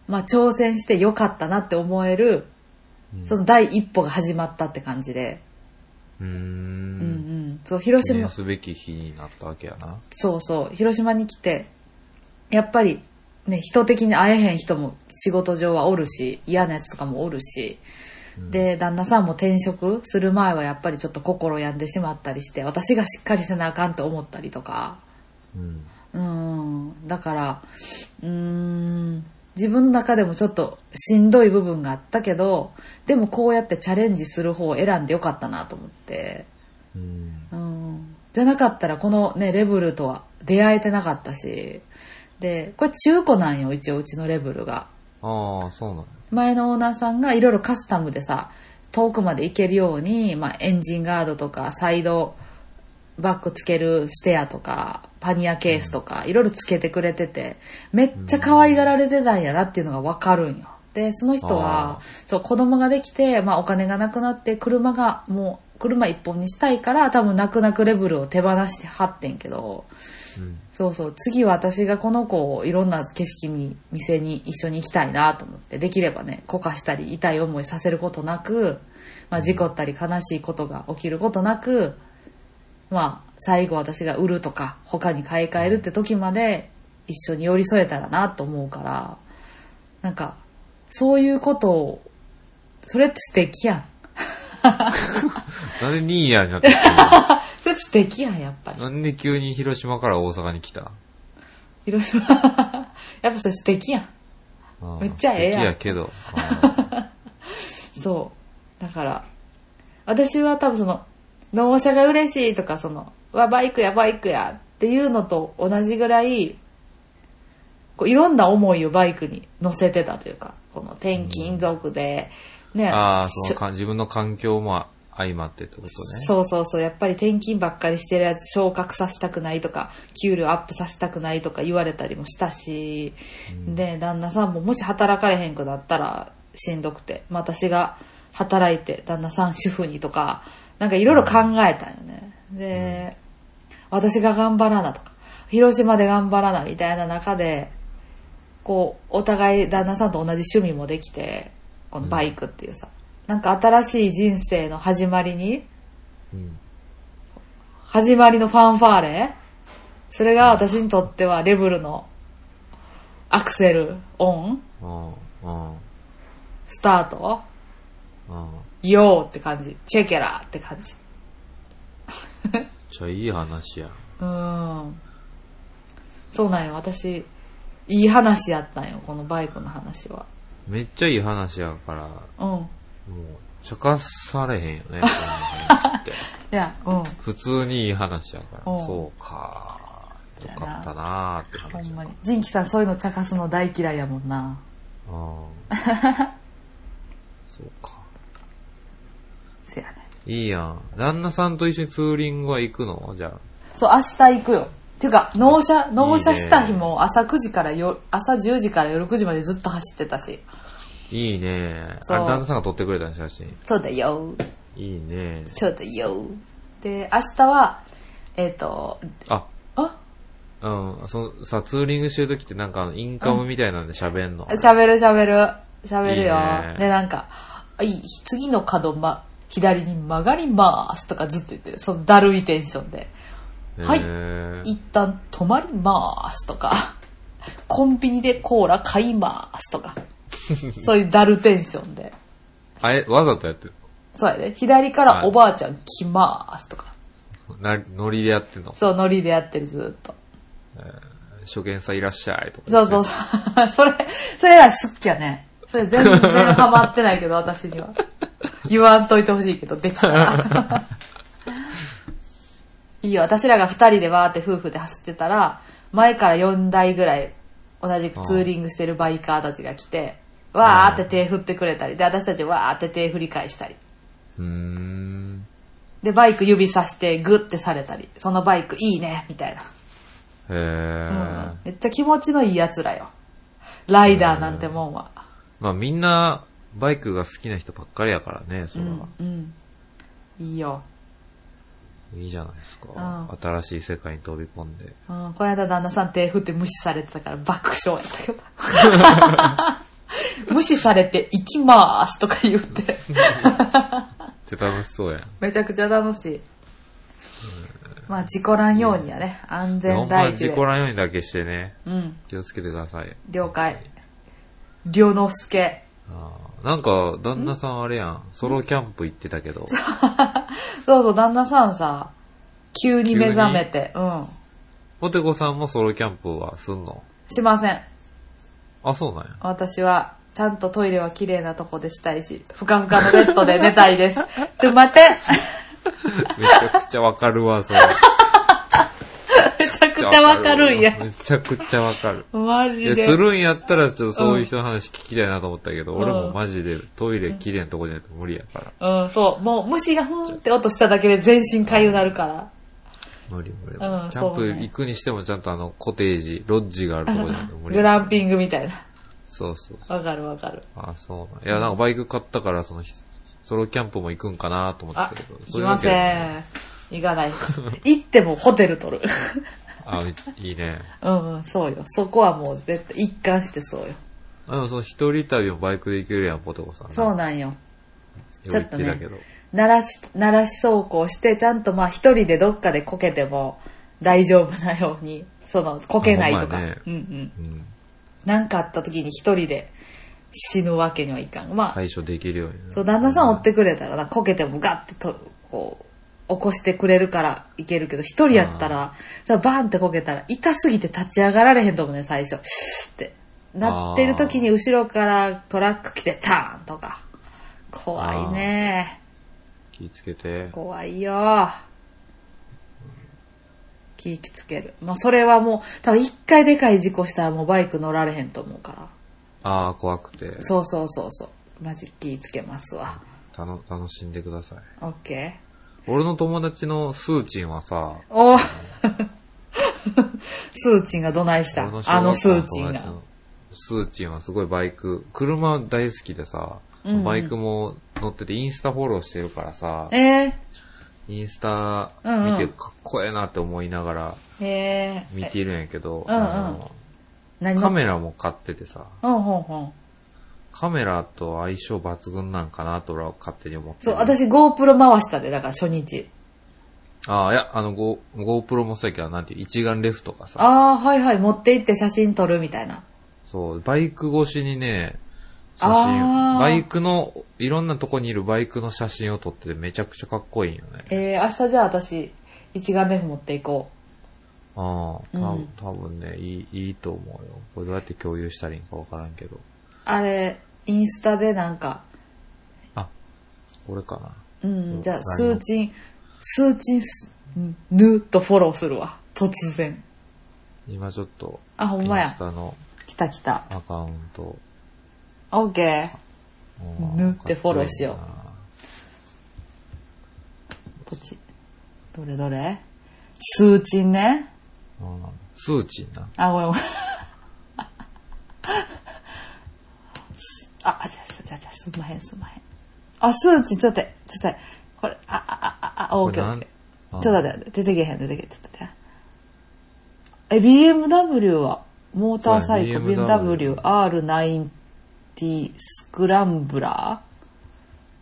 B: まあ挑戦してよかったなって思える、
A: うん
B: その第一歩が始まったって感じで。
A: い。うー。
B: うんうんん。そう、広
A: 記
B: 島
A: 念、すべき日になったわけやな。
B: そうそう、広島に来て、やっぱり、ね、人的に会えへん人も仕事上はおるし、嫌なやつとかもおるし、で、旦那さんも転職する前はやっぱりちょっと心病んでしまったりして、私がしっかりせなあかんと思ったりとか、
A: うん。
B: うーん、だから、うーん、自分の中でもちょっとしんどい部分があったけど、でもこうやってチャレンジする方を選んでよかったなと思って、
A: うん。
B: うんじゃなかったらこのね、レブルとは出会えてなかったし。で、これ中古なんよ、一応うちのレブルが。
A: ああ、そうなの。
B: 前のオーナーさんがいろいろカスタムでさ、遠くまで行けるように、まあ、エンジンガードとか、サイドバックつけるステアとか、パニアケースとか、いろいろつけてくれてて、めっちゃ可愛がられてたんやなっていうのがわかるんよ。で、その人
A: あ
B: は、そう、子供ができて、まあ、お金がなくなって、車がもう、車一本にしたいから、多分泣く泣くレベルを手放してはってんけど、
A: うん。
B: そうそう、次は私がこの子をいろんな景色に、店に一緒に行きたいなと思って、できればね、こかしたり痛い思いさせることなく、まあ事故ったり悲しいことが起きることなく、まあ最後私が売るとか、他に買い替えるって時まで一緒に寄り添えたらなと思うから、なんか、そういうことを、それって素敵やん。
A: なんでニーヤになってきた
B: それって素敵やん、やっぱり
A: の。なんで急に広島から大阪に来た
B: 広島。 やっぱそれ素敵やん。
A: うん
B: めっちゃええやん
A: 好きやけ ど。あ
B: そう。だから、私は多分その、納車が嬉しいとか、その、うわ、バイクやバイクやっていうのと同じぐらい、こういろんな思いをバイクに乗せてたというか、この転勤族で、
A: ー
B: ね、
A: あー、そ
B: しょ
A: のか自分の環境も相まってってことね。
B: そうそうそう、やっぱり転勤ばっかりしてるやつ昇格させたくないとか、給料アップさせたくないとか言われたりもしたし、で、旦那さんももし働かれへんくなったらしんどくて、まあ私が働いて旦那さん主婦にとか、なんかいろいろ考えたんよね。で、私が頑張らなとか、広島で頑張らなみたいな中で、こう、お互い旦那さんと同じ趣味もできて、このバイクっていうさ、なんか新しい人生の始まりに、
A: うん。
B: 始まりのファンファーレそれが私にとってはレブルのアクセル、オン、
A: うん。うん。
B: スタート、
A: うん。
B: ヨーって感じ。チェケラって感じ。
A: じゃあいい話や。
B: うーん。そうなんよ。私、いい話やったんよ。このバイクの話は。
A: めっちゃいい話やから、も
B: うん。
A: う、茶化されへんよね。 こんな話って
B: いや、うん。
A: 普通にいい話やから。
B: うん
A: そうか。よかったなーって
B: ほ
A: 話
B: ん
A: や
B: ま
A: から
B: に。ジンキさんそういうの茶化すの大嫌いやもんな。
A: うん。そうか。
B: せやね。
A: いいやん。旦那さんと一緒にツーリングは行くのじゃあ。
B: そう、明日行くよ。ていうか、納車、納車した日も朝9時からよ、朝10時から夜9時までずっと走ってたし。
A: いいね
B: そう
A: あれ旦那さんが撮ってくれた写真。
B: そうだよ。
A: いいね
B: そうだよ。で、明日は、えっ、と、
A: あ、
B: あ
A: うん。そのさ、ツーリングしてるときってなんかあのインカムみたいなんで喋んの。
B: 喋る喋る。喋るよ。
A: いいね
B: で、なんか、い次の角、ま、左に曲がりますとかずっと言ってる。そのだるいテンションで。はい
A: い
B: 一旦止まりますとか、コンビニでコーラ買います とか、そういうだるテンションで。
A: あれ、わざとやってる
B: そうやで、左からおばあちゃん来ますとか、
A: な、ノリでやってんの
B: そうノリでやってるずっと。
A: 初見さんいらっしゃいとか。
B: そう そうそう。それ、それら好きやね。それ全然ハマってないけど、私には。言わんといてほしいけど、できた ら。いいよ、私らが二人でわーって夫婦で走ってたら、前から4台ぐらい同じくツーリングしてるバイカーたちが来て、わーって手振ってくれたり、で、私たちわーって手振り返したり。
A: うーん。
B: で、バイク指さしてグッてされたり、そのバイクいいね、みたいな。
A: へえ、
B: うんめっちゃ気持ちのいい奴らよ。ライダーなんてもんは。
A: まあみんな、バイクが好きな人ばっかりやからね、そうれ
B: ん
A: は。、
B: うん。いいよ。
A: いいじゃないですか、
B: う
A: 新しい世界に飛び込んで。
B: うん、この間旦那さん手振って無視されてたから爆笑やった けど。無視されて行きまーすとか言って。
A: めっちゃ楽しそうやん。
B: めちゃくちゃ楽しい。まあ、事故らんようにやね。安
A: ほ
B: 全
A: んま
B: 第
A: に
B: 一
A: 事
B: で
A: 故。らんようにだけしてね。
B: うん、
A: 気をつけてください。
B: 了解。りょのすけ。
A: あーなんか、旦那さんあれやん。ソロキャンプ行ってたけど。
B: そうそう、旦那さんさ、急に目覚めて、うん。
A: ポテコさんもソロキャンプはすんの
B: しません。
A: あ、そう なんや。
B: 私は、ちゃんとトイレは綺麗なとこでしたいし、ふかふかのベッドで寝たいです。ちょ、待って
A: めちゃくちゃわかるわ、それ。
B: めちゃくちゃわかるんや。
A: めちゃくちゃわかる。
B: マジ
A: いや、
B: で。
A: するんやったら、ちょっとそういう人の話聞きたいなと思ったけど、
B: うん
A: 俺もマジでトイレ綺麗なとこじゃないと無理やから。
B: うん、そう。もう虫がふーんって音しただけで全身痒なるから。
A: 無理無理。キ
B: うん
A: ャン
B: そう
A: プ
B: ね
A: 行くにしてもちゃんとあの、コテージ、ロッジがあるとこじゃないと無理。
B: グランピングみたいな。
A: そうそうそう。
B: わかるわかる。
A: あ、そうなん。いや、なんかバイク買ったから、その、ソロキャンプも行くんかなと思っ
B: あ
A: てたけど。、
B: 行
A: そう
B: き
A: いうわ
B: ま
A: けでも
B: せ
A: ない。
B: ん。行かない。行ってもホテル取る。
A: あ、いいいね。
B: うん、うん、そうよ。そこはもう絶対一貫してそうよ。
A: あでもその一人旅をバイクで行けるやん、ポテコさん。
B: そう
A: よ
B: なんよ。
A: う
B: ちょ
A: 言
B: っと
A: て
B: ね
A: たけど。
B: 鳴らし、鳴らし走行して、ちゃんとまあ一人でどっかでこけても大丈夫なように、その、こけないと
A: あ
B: か。
A: ほんまやね
B: うんうん。
A: うん。
B: なんかあった時に一人で死ぬわけにはいかん。まあ、
A: 対処できるようにね。
B: そう、旦那さん追ってくれたらな、こけてもガッてと、こう、起こしてくれるからいけるけど、一人やったら、さバーンってこけたら、痛すぎて立ち上がられへんと思うね、最初。って。なってる時に後ろからトラック来て、ターンとか。怖いね。
A: 気ぃつけて。
B: 怖いよ。気ぃつける。もうそれはもう、多分一回でかい事故したらもうバイク乗られへんと思うから。
A: ああ、怖くて。
B: そうそうそうそう。マジ気ぃつけますわ。
A: たの楽しんでください。
B: オッケー。
A: 俺の友達のスーチンはさ、
B: お スーチンがどないした
A: 俺小学校
B: あのスーチン
A: 友達
B: が
A: の。スーチンはすごいバイク、車大好きでさ、
B: うんうん
A: バイクも乗っててインスタフォローしてるからさ、
B: え
A: インスタ
B: うんうん
A: 見てかっこええなって思いながら
B: ー、えー、
A: 見てるんやけど、
B: えうんうん
A: あの
B: 何の
A: カメラも買っててさ、
B: うんうんうん。
A: カメラと相性抜群なんかなと俺は勝手に思って
B: そ
A: る
B: う、。私 GoPro 回したで、だから初日。
A: ああ、いや、あの、Go- GoPro もそうやけど、なんていう、一眼レフとかさ、
B: ああ、はいはい、持って行って写真撮るみたいな。
A: そう、バイク越しにね、写
B: あ
A: 真、
B: ー
A: バイクの、いろんなとこにいるバイクの写真を撮っててめちゃくちゃかっこいいんよね。
B: えー、明日じゃあ私、一眼レフ持っていこ
A: ああ、た
B: うん
A: 多分ね、いい、いいと思うよ。これどうやって共有したらいいんかわからんけど。
B: う。あれ、インスタでなんか、
A: あ、これかな。
B: うん、じゃあ、ス
A: 何
B: ー
A: の
B: チン、スーチンス、ぬっとフォローするわ。突然。
A: 今ちょっと、
B: あ、ほ
A: イ
B: ん
A: ン
B: ま
A: ス
B: や。
A: タの
B: 来た来た。
A: アカウント。
B: オッケ
A: うん
B: 縫ってフォローしよう
A: かっこいいな
B: ー。ポチ。どれどれスーチンね。
A: うん数値な。
B: あ、ごめんご めん。あ、じゃあ、じゃあ、じゃあ、すんまへん、すんまへん。あ、スーチン、ちょっと待って、ちょっと待って。これ、あ、あ、あ、あ、あ、オ
A: こ
B: ッケ
A: れ
B: ー
A: な
B: オ
A: ん
B: ッケー。
A: うん
B: ちょっと待って、出てけへん、出てけへん、ちょっと待って。え、BMW は、モーターサイクル、
A: そうや
B: BMW R90 スクランブラ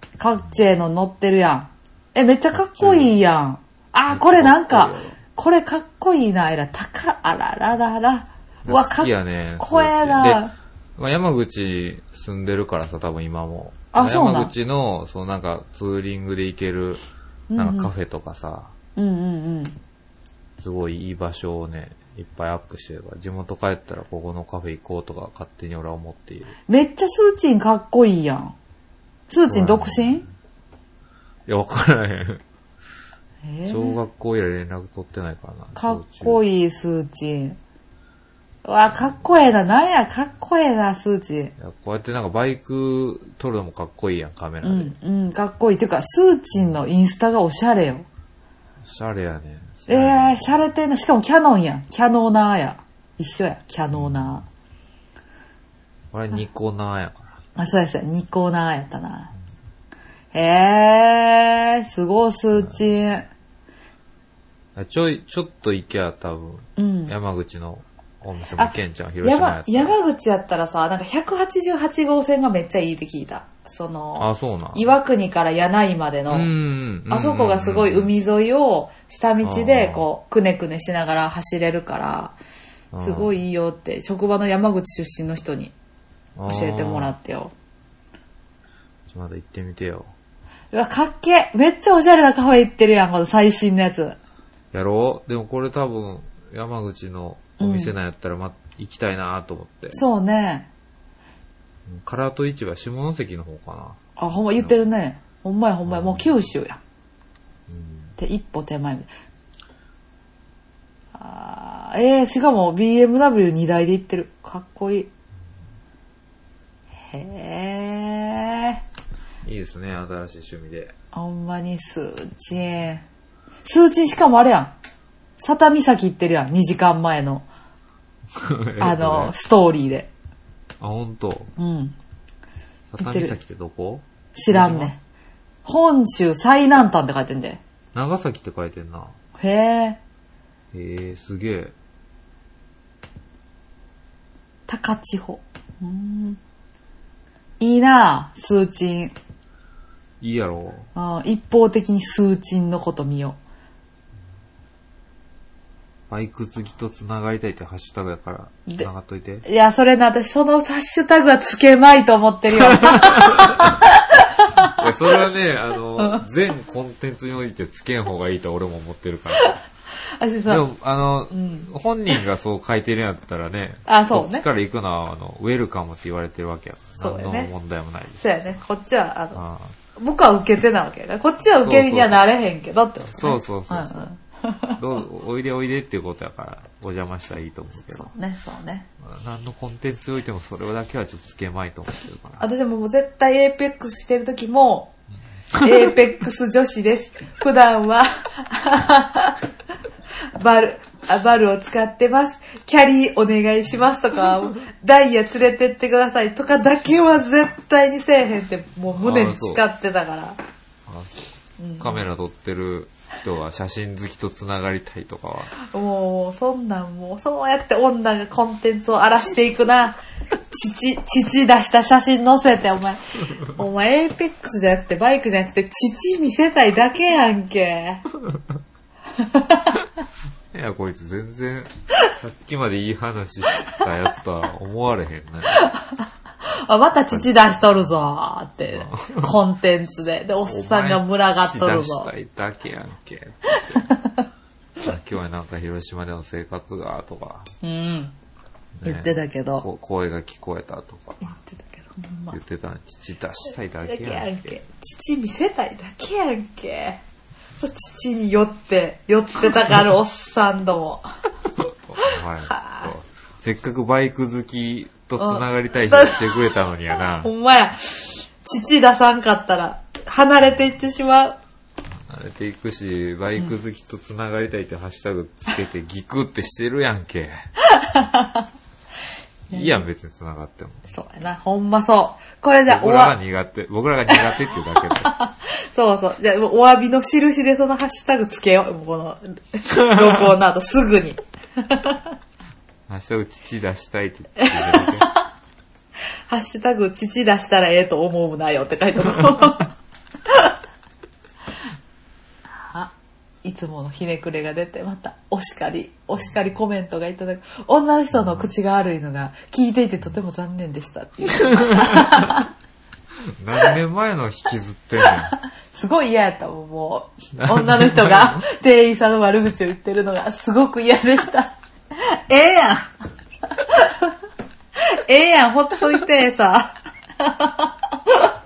B: ーカッチェの乗ってるやん。え、めっちゃかっこいいやん。あー、これなんか
A: めっちゃかっこいいよ、
B: これかっこいいな、えら、高、あらららら。うわ、か
A: 好
B: っ
A: きやね。
B: こええな。
A: で、まあ、山口住んでるからさ、多分今も。
B: あそうなん
A: 山口の、そのなんかツーリングで行ける、なんかカフェとかさ、
B: うんうんうん。
A: すごいいい場所をね、いっぱいアップしてるから、地元帰ったらここのカフェ行こうとか勝手に俺は思っている。
B: めっちゃスーチンかっこいいやん。スーチン独身
A: いや、わからへん。
B: えー
A: 小学校以来連絡取ってないからな。
B: かっこ
A: いい。
B: いい、スーチン。うわ、かっこええな。なんや、かっこええな、スーチ。
A: いやこうやってなんかバイク撮るのもかっこいいやん、カメラ
B: う
A: で。
B: ん、うん、かっこいい。ていうか、スーチンのインスタがおしゃれよ。
A: おしゃれやね。
B: ええー、しゃれてんな。しかもキャノンやん。キャノーナーや。一緒や。キャノーナ
A: これニコナーやから。
B: ー。あ、そうやそうや。ニコーナーやったな。ええー、すごい、スーチン。
A: あちょい、ちょっと行けば多分、
B: うん。
A: 山口のお店も行けんじゃん、広島や
B: 山
A: つ。
B: 山口やったらさ、なんか188号線がめっちゃいいって聞いた。その、
A: あ、そうなん。
B: 岩国から柳井までの、
A: うんうんうん。
B: あそこがすごい海沿いを下道
A: う
B: で
A: ん
B: こう、くねくねしながら走れるから、すご
A: い
B: いいいよって、職場の山口出身の人に
A: 教
B: 教えてもら
A: て。
B: ってよ。
A: ちょまだ行ってみてよ。
B: うわ、かっけえめっちゃおしゃれなカフェ行ってるやん、この最新のやつ。
A: やろうでもこれ多分、山口のお店なんやったら、ま、行きたいなと思って。
B: そうね。
A: カラート市場、下関の方か
B: あ、ほんま言ってるね。ほんまやほんまや、もう九州やん。
A: な。うん。
B: で、一歩手前みたいな。あーえー、しかも BMW2 台で行ってる。かっこいい。へえ。
A: いいですね、新しい趣味で。
B: ほんまに数値。数値しかもあれやん。佐田岬行ってるやん。2時間前の、あの、
A: あ、
B: ストーリーで。
A: ほんと。
B: うん。
A: 佐田岬ってどこ
B: 知らんねん。本州最南端って書いてんで。
A: 長崎って書いてんな。
B: へえ。
A: へえー、すげえ。
B: 高千穂。うーん。いいなあ数値。
A: いいやろ。
B: あー一方的に数値のこと見よ
A: バイク好きと繋がりたいってハッシュタグやから、
B: で
A: 繋がっといて。
B: う。いや、それな、私そのハッシュタグはつけまいと思ってるよ。
A: いやそれは ね、あの、全コンテンツにおいてつけん方がいいと俺も思ってるから。
B: 私
A: で
B: さ、
A: も、あの、
B: ん
A: 本人がそう書いてるんやったらね、
B: あそうね
A: こっちから行くのは、あの、ウェルカムって言われてるわけやか
B: そう
A: ら、
B: だよね
A: 何の問題もないです。
B: そうやね、こっちは、あの、
A: ああ
B: 僕は受け手なわけやから、こっちは受け身にはなれへんけどってことね。
A: そうそうそうそうんどうおいでおいでっていうことやから、お邪魔したらいいと思うけ
B: そ
A: ど、
B: うね、そうね。
A: 何のコンテンツにおいてもそれだけはちょっとつけまいと思ってるから。
B: 私ももう絶対エーペックスしてる時も、エーペックス女子です。 普段は、バル、あバルを使ってます。キャリーお願いしますとか、ダイヤ連れてってくださいとかだけは絶対にせえへんって、もう胸に誓ってたか
A: あ
B: ら。
A: そうカメラ撮ってる人は写真好きと繋がりたいとかは、
B: もう、そんなんもう、そうやって女がコンテンツを荒らしていくな。父、父出した写真載せて、お前。お前、エーペックスじゃなくて、バイクじゃなくて、父見せたいだけやんけ。
A: いや、こいつ全 然、さっきまでいい話したやつとは思われへんね。
B: あ、また父出しとるぞーって、コンテンツで。で、おっさんが群がっとる
A: お
B: ぞ
A: 前。口出したいだけやんけって言って。さっきはなんか広島での生活が、とか、
B: うん。
A: ね
B: 言ってたけど。
A: こ声が聞こえたとか、
B: 言ってたけど、ほんま
A: 言。ってたのに、父出したいだ
B: だ
A: け
B: け
A: や
B: や
A: ん
B: ん
A: け。
B: け。父見せたいだけやんけ。そう父に寄って、寄ってたがるおっさんども。
A: はい、ちょっとせっかくバイク好きと繋がりたい人が来てくれたのにや な。
B: ほんまや。父出さんかったら、離れていってしまう。
A: 慣れていくし、バイク好きと繋がりたいってハッシュタグつけ てギクってしてるやんけ。いいやん、別に繋がっても。
B: そうやな、ほんまそう。これじゃあ、お
A: 僕らが
B: わ、
A: 苦手、僕らが苦手っていう だけで。
B: そうそう。じゃあ、お詫びの印でそのハッシュタグつけよう。もうこの、録音の後すぐに。
A: ハッシュタグ父出したいって言ってるだ
B: ハッシュタグ、父出したらええと思うなよって書いておこう あいつものひねくれが出て、また、お叱り、お叱りコメントがいただく。女の人の口が悪いのが、聞いていてとても残念でしたっていう。
A: け。何年前の引きずってんの
B: すごい嫌やったもん、もう。女の人 が店員さんの悪口を言ってるのがすごく嫌でした。ええやん。ええやん、ほっといてさ。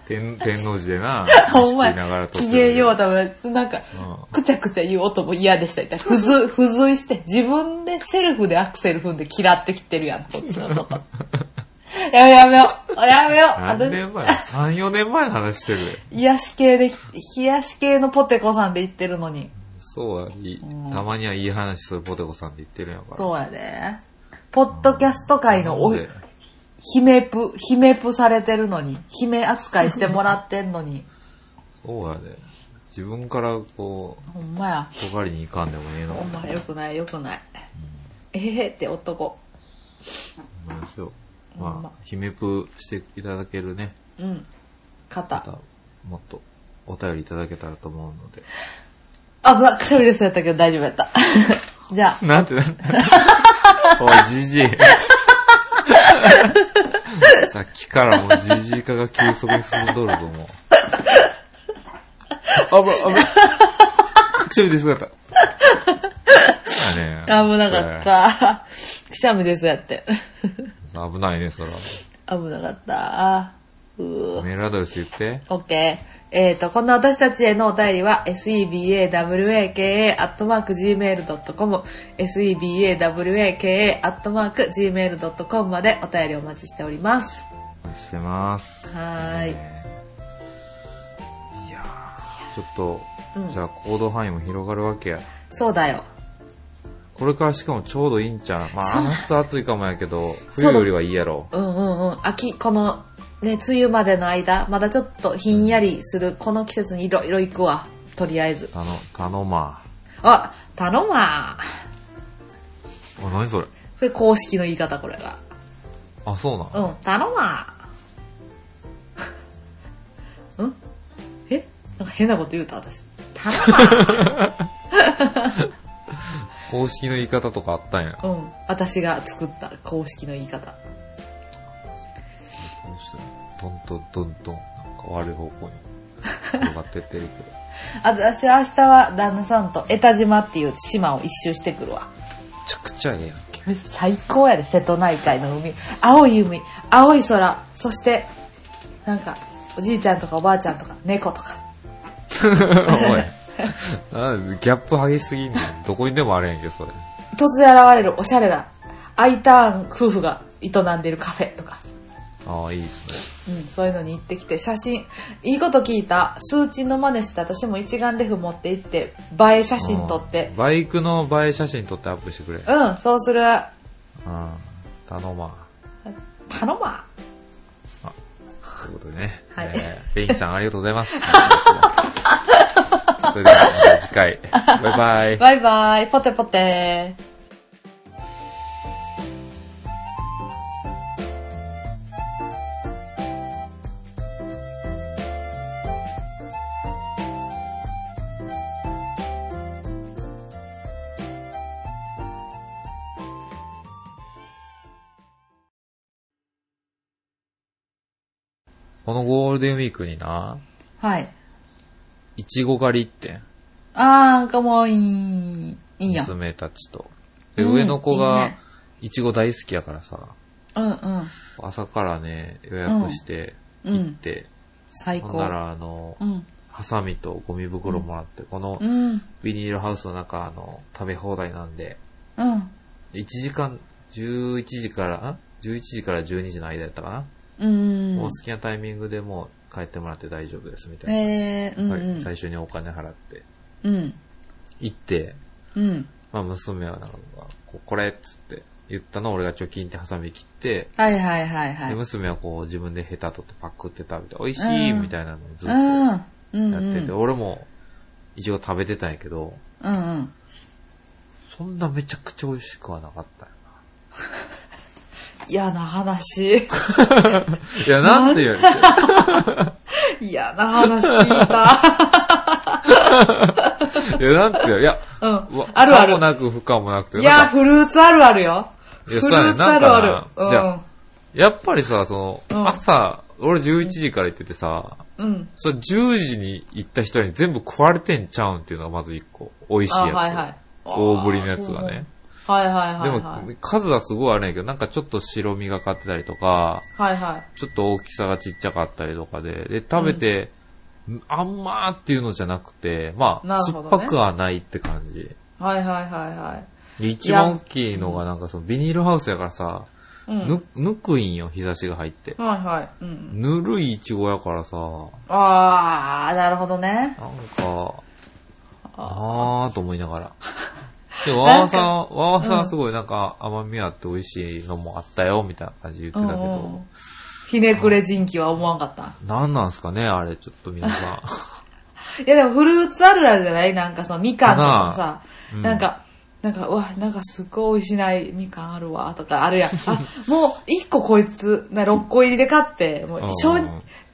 A: 天天王寺でな。
B: ほんま
A: 飯食いながら
B: や。
A: 撮って
B: 機
A: る
B: 嫌よう多分、なんか、
A: うん
B: くちゃくちゃ言う音も嫌でしたみたいな。付随、付随して、自分でセルフでアクセル踏んで嫌ってきてるやん、こっちの こと。やめようやめよう、やめよう、
A: 何年前 ?3、4年前の話してるよ。
B: 私、冷やし系で、冷やし系のポテコさんで行ってるのに。
A: そうや、いいたまにはいい話するポテコさんで言ってるんやから。
B: そうやで。ポッドキャスト界のお、
A: なんで
B: 姫プ、姫プされてるのに、姫扱いしてもらってんのに。
A: そうやで。自分からこ
B: ほんまや。
A: う、尖りに行かんでもええの
B: ほんま、よくない、よくない。えへへって
A: 思
B: 男。
A: いましょう。
B: ほん
A: ま
B: ま
A: あ、姫プしていただけるね、
B: うん。
A: ま
B: 肩。
A: た、もっとお便りいただけたらと思うので。
B: あ、ぶわ、くしゃみですやったけど大丈夫やった。 じゃあ、
A: なんてなんておい、じじい。 さっきからもうじじい化が急速に進んどると思う。あぶ、あぶ。くしゃみですがた。あね
B: 危なかっ。た。くしゃみですやって。
A: そうや危ないね、そら。
B: 危なかった。うー。
A: メールアドレス言って。
B: OK。えっ、と、こんな私たちへのお便りは、sebawaka.gmail.com、sebawaka.gmail.com までお便りお待ちしております。
A: お待ちしてます。
B: はーい
A: ねいやーちょっと、
B: うん
A: じゃあ行動範囲も広がるわけや。
B: そうだよ。
A: これからしかもちょうどいいんちゃうま
B: そう
A: あ、
B: だ
A: 夏暑いかもやけど、
B: そうだ
A: 冬よりはいいやろ。
B: うんうんうん。秋、この、ね、梅雨までの間、まだちょっとひんやりする、この季節にいろいろ行くわ。とりあえず。
A: あの、頼ま
B: あ、頼ま
A: あ、何それ
B: それ公式の言い方、これが。
A: あ、そうなん、
B: うん、頼 まん。んえなんか変なこと言うた、私。頼
A: 公式の言い方とかあったんや。ど
B: まん。うん、私が作った公式の言い方。
A: うしてどんどんどんどん、なんか悪い方向に広がってってるけど。
B: あ私は明日は旦那さんと江田島っていう島を一周してくるわ。
A: めちゃくちゃええやんけ。
B: 最高やで、瀬戸内海の海。青い海、青い空、そして、なんか、おじいちゃんとかおばあちゃんとか、猫とか。
A: おい。なんでギャップ激しすぎんねん。どこにでもあれやんけ、それ。
B: 突然現れるおしゃれな、アイターン夫婦が営んでるカフェとか。
A: ああ、いいですね。
B: うん、そういうのに行ってきて、写真、いいこと聞いた、数値の真似して、私も一眼レフ持って行って、映え写真撮って
A: うん。バイクの映え写真撮ってアップしてくれ。うん。
B: うん、そうする。
A: 頼ま
B: 頼ま。
A: あ。ということでね。
B: はい
A: えーベインさんありがとうございます。 それではまた次回。バイバイ。
B: バイバイ、ポテポテ
A: このゴールデンウィークにな、
B: はい。
A: いちご狩りってん。
B: あー、かわいい。いいやん。うん、
A: 娘たちと。で、
B: うん
A: 上の子
B: いい
A: が
B: ね、
A: いちご大好きやからさ、
B: うん。
A: 朝からね、予約して、
B: うん
A: 行って、
B: 最
A: ほんな
B: 高。
A: ら、あの
B: う、ん。
A: ハサミとゴミ袋もらって、この
B: うん。
A: ビニールハウスの中、あの、食べ放題なんで、
B: うん。
A: 1時間、11時から、ん ?11 時から12時の間やったかな、
B: うん
A: もう好。きなタイミングでもう帰ってもらって大丈夫です、みたい
B: えー、う
A: な。は
B: ん
A: いう最
B: ん。
A: 初にお金払って、
B: うん。
A: 行って、
B: うん。
A: まあ娘はなんか、ここれっつって言ったのを俺が貯金ってハサミ切って、
B: はいはいはいはい。
A: で、
B: うん。
A: 娘はこう自分でヘタ取ってパクって食べて、美味しい
B: うん
A: みたいなのをずっとや
B: うん。う
A: っ
B: ん
A: てて、。俺も一応食べてたんやけど、
B: うんうん。
A: そんなめちゃくちゃ美味しくはなかったよ。
B: 嫌な話。
A: いや、なんて言う
B: 嫌な話聞いた。
A: いや、なんて言ういや、
B: うん
A: うわ。
B: あるあ
A: 可も
B: る。
A: なく不可もなくて。
B: い
A: な
B: や、
A: んか
B: フルーツあるあるよ。
A: い
B: フ
A: や
B: ル
A: そうやね
B: ーツあるある。
A: なんかやっぱりさ、そ
B: うん
A: の、朝、俺11時から行っててさ、
B: うん。うん。
A: それ10時に行った人に全部食われてんちゃうんっていうのがまず一個。美味しい
B: あ、
A: やつ。
B: はいはい。
A: 大ぶりのやつがね。
B: あー。そうなんはいはい
A: で
B: はいはい。
A: も、数はすごいあるんやけど、なんかちょっと白身がかってたりとか、
B: はいはい。
A: ちょっと大きさがちっちゃかったりとかで、で、食べて、あんまーっていうのじゃなくて、ま
B: な
A: あ、
B: るほど
A: 酸
B: ね
A: っぱくはないって感じ。
B: はいはいは
A: で一番大きいのがなんかそのビニールハウスやからさ、
B: いはい。うん。
A: ぬ、ぬくいんよ、日差しが入って。
B: はいはい。うん。
A: ぬるいイチゴやからさ、
B: あー、なるほどね。
A: なんか、
B: あ
A: あーと思いながら。で、わわ
B: なん
A: さ
B: か
A: ん、わわさんすごいなんか甘みあって美味しいのもあったよ、みたいな感じで言ってたけ
B: うんう
A: ど
B: ん、ひねくれ人気は思わんかった。
A: なんなんすかね、あれ、ちょっと皆さ
B: いやでもフルーツあるあるじゃないなんかさ、みかんとかもさ、
A: ん。う
B: なん、か、なんか、うわ、なんかすっごい美味しないみかんあるわ、とかあるやん。あ、もう一個こいつ、な6個入りで買って、もう
A: うん
B: 一緒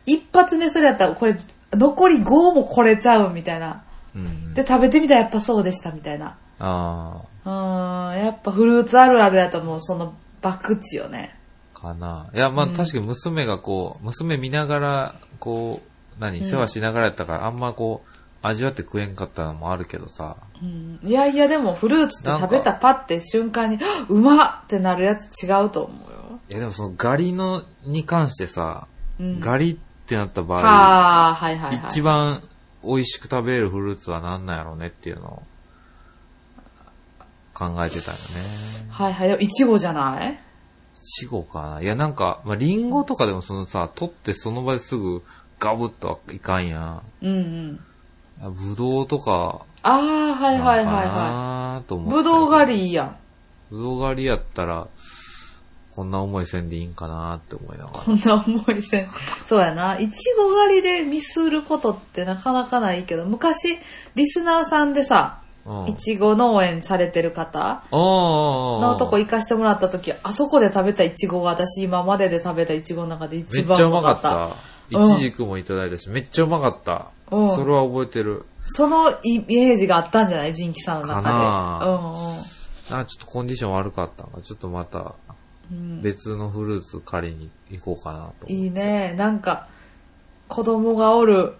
B: 一発目それやったら、これ、残り5もこれちゃうみたいな。
A: うん。
B: で、食べてみたらやっぱそうでした、みたいな。
A: あ
B: うーん、やっぱフルーツあるあるやともうその、爆地よね。
A: ー、かな。いや、まあ
B: うん
A: 確かに娘がこう、娘見ながら、こう、何、
B: うん
A: 世話しながらやったから、あんまこう、味わって食えんかったのもあるけどさ。
B: うん、いやいや、でもフルーツって食べたパって瞬間に、あうまっってなるやつ違うと思うよ。
A: いや、でもそのガリの、に関してさ、
B: うん。
A: ガリってなった場合、
B: はあ、はいはいはい。
A: 一番美味しく食べれるフルーツは何なんやろうねっていうのを考えてたよね。
B: はいはい。でも、いちごじゃない
A: いちごかな。いやなんか、まあ、リンゴとかでもそのさ、取ってその場ですぐガブッとはいかんや
B: うんうん。
A: ん。ぶどうとか
B: ああ、
A: な
B: は
A: いんか
B: はいはいは
A: なと
B: い。
A: 思って。
B: ぶどう狩りいいやん。
A: ぶどう狩りやったら、こんな思いせんでいいんかなって思いながら。
B: こんな思いせん。そうやな。いちご狩りでミスることってなかなかないけど、昔、リスナーさんでさ、
A: うん。
B: いちご農園されてる方
A: おーおーおー
B: のとこ行かしてもらった時、あそこで食べたいちごが私今までで食べたいちごの中で
A: め
B: 一
A: っち
B: 番
A: ゃ
B: う
A: う
B: ま
A: まか
B: かっ。
A: ったた。
B: うん
A: いちじくもいただいたし、めっちゃうまかった。
B: うん
A: それは覚えてる。
B: そのイメージがあったんじゃないジンキさんの中で。
A: かなあ
B: うんうん。
A: あ、ちょっとコンディション悪かったんか、ちょっとまた
B: うん
A: 別のフルーツ借りに行こうかなと。
B: いいね。なんか、子供がおる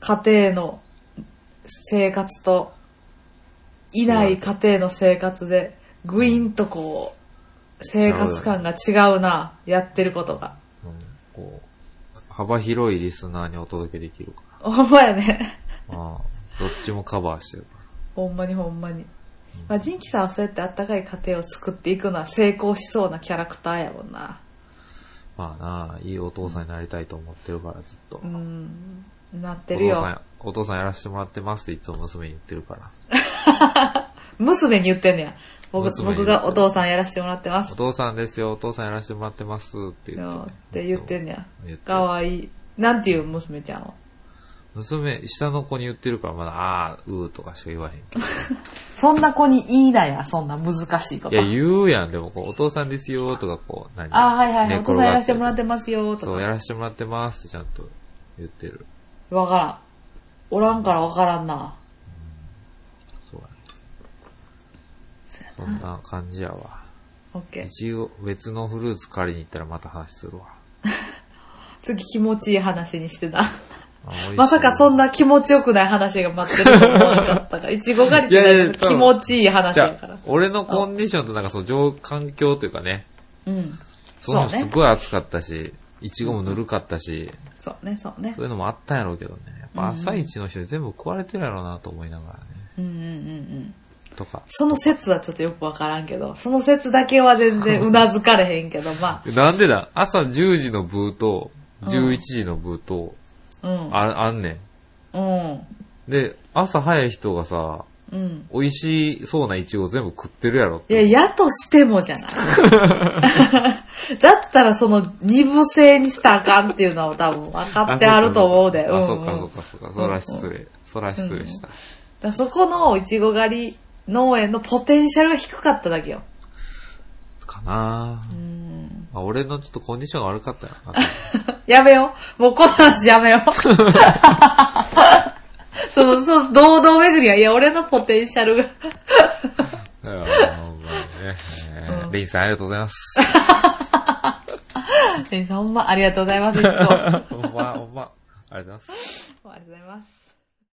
B: 家庭の生活と、いない家庭の生活で、ぐいんとこう、生活感が違うな、やってることが。
A: うんこう、幅広いリスナーにお届けできるか
B: ほんまやね。
A: ら。ああどっちもカバーしてるか
B: ほんまにほんまに。まあ、ジンキさんはそうやってあったかい家庭を作っていくのは成功しそうなキャラクターやもんな。
A: ら。まあなあ、いいお父さんになりたいと思ってるから、ずっと。
B: うん、なっ
A: お
B: てる
A: 父
B: よ
A: さ。ん、お父さんやらせてもらってますっていつも娘に言ってるから。
B: 娘に言ってんねや。僕
A: 娘に言って
B: 僕がお父さんやらせてもらってます
A: お。父さんですよ、お父さんやらせてもらってますって言って、
B: って言ってんねや。
A: 言って
B: かわいい。なんていう娘ちゃんを。
A: 娘、下の子に言ってるから、まだ、ああ、うーとかしか言わへんけど。
B: そんな子に言いなや、そんな難しいこと。
A: いや、言うやん、でもこう、お父さんですよとか、こう、何
B: あーはいはいはい、
A: 寝
B: お
A: 転がて
B: 父さんやらせてもらってますよ、と
A: そう、や
B: から
A: せてもらってますってちゃんと言ってる。。
B: わからん。おらんからわからんな。
A: そうやねそんな感じやわ。
B: オッケー。
A: 一応、別のフルーツ借りに行ったらまた話するわ。
B: 次気持ちいい話にしてた。
A: あ美味しい
B: まさかそんな気持ちよくない話が待ってると思わなかったから。いちご狩りって
A: いやいや多
B: 大丈夫
A: 分
B: 気持ちいい話
A: じ
B: や
A: ゃ
B: から
A: あ。、俺のコンディションとなんかその状、環境というかね、
B: うん。
A: その
B: そうね
A: すごい暑かったし、いちごもぬるかったし、
B: そうね、そうね
A: そう。いうのもあったんやろうけどね。やっぱ朝一の人に全部食われてるやろうなと思いながらね。
B: うんうんうんうん。
A: とか。
B: その説はちょっとよくわからんけど、その説だけは全然うなずかれへんけど、ま
A: なんでだ朝10時のブーと、
B: うん
A: 11時のブーと、
B: あ。うん。
A: ああんねん。
B: うん。
A: で、朝早い人がさ、
B: うん。
A: 美味しそうなイチゴ全部食ってるやろっ
B: い
A: て。
B: や、やとしてもじ ゃない。だったらその二部制にしたらあかんっていうのは多分分かってあると思うで。
A: あ、
B: ん
A: そうか
B: ん
A: そうかそうか。そら失礼。そら失礼した。
B: だからそこのいちご狩り農園のポテンシャルが低かっただけよ。
A: かなぁ
B: う。ん
A: まあ、俺のちょっとコンディションが悪かったよな。
B: やめよう。もうこの話やめよう。 その、その、堂々巡りは、いや、俺のポテンシャルが。
A: いやほんまにねえー
B: うん
A: リンさんありがとうございます。
B: 先生、ほんま、ありがとうございます。いつもありがと
A: ほんま、ほんま。ありがとうございます。
B: うございます。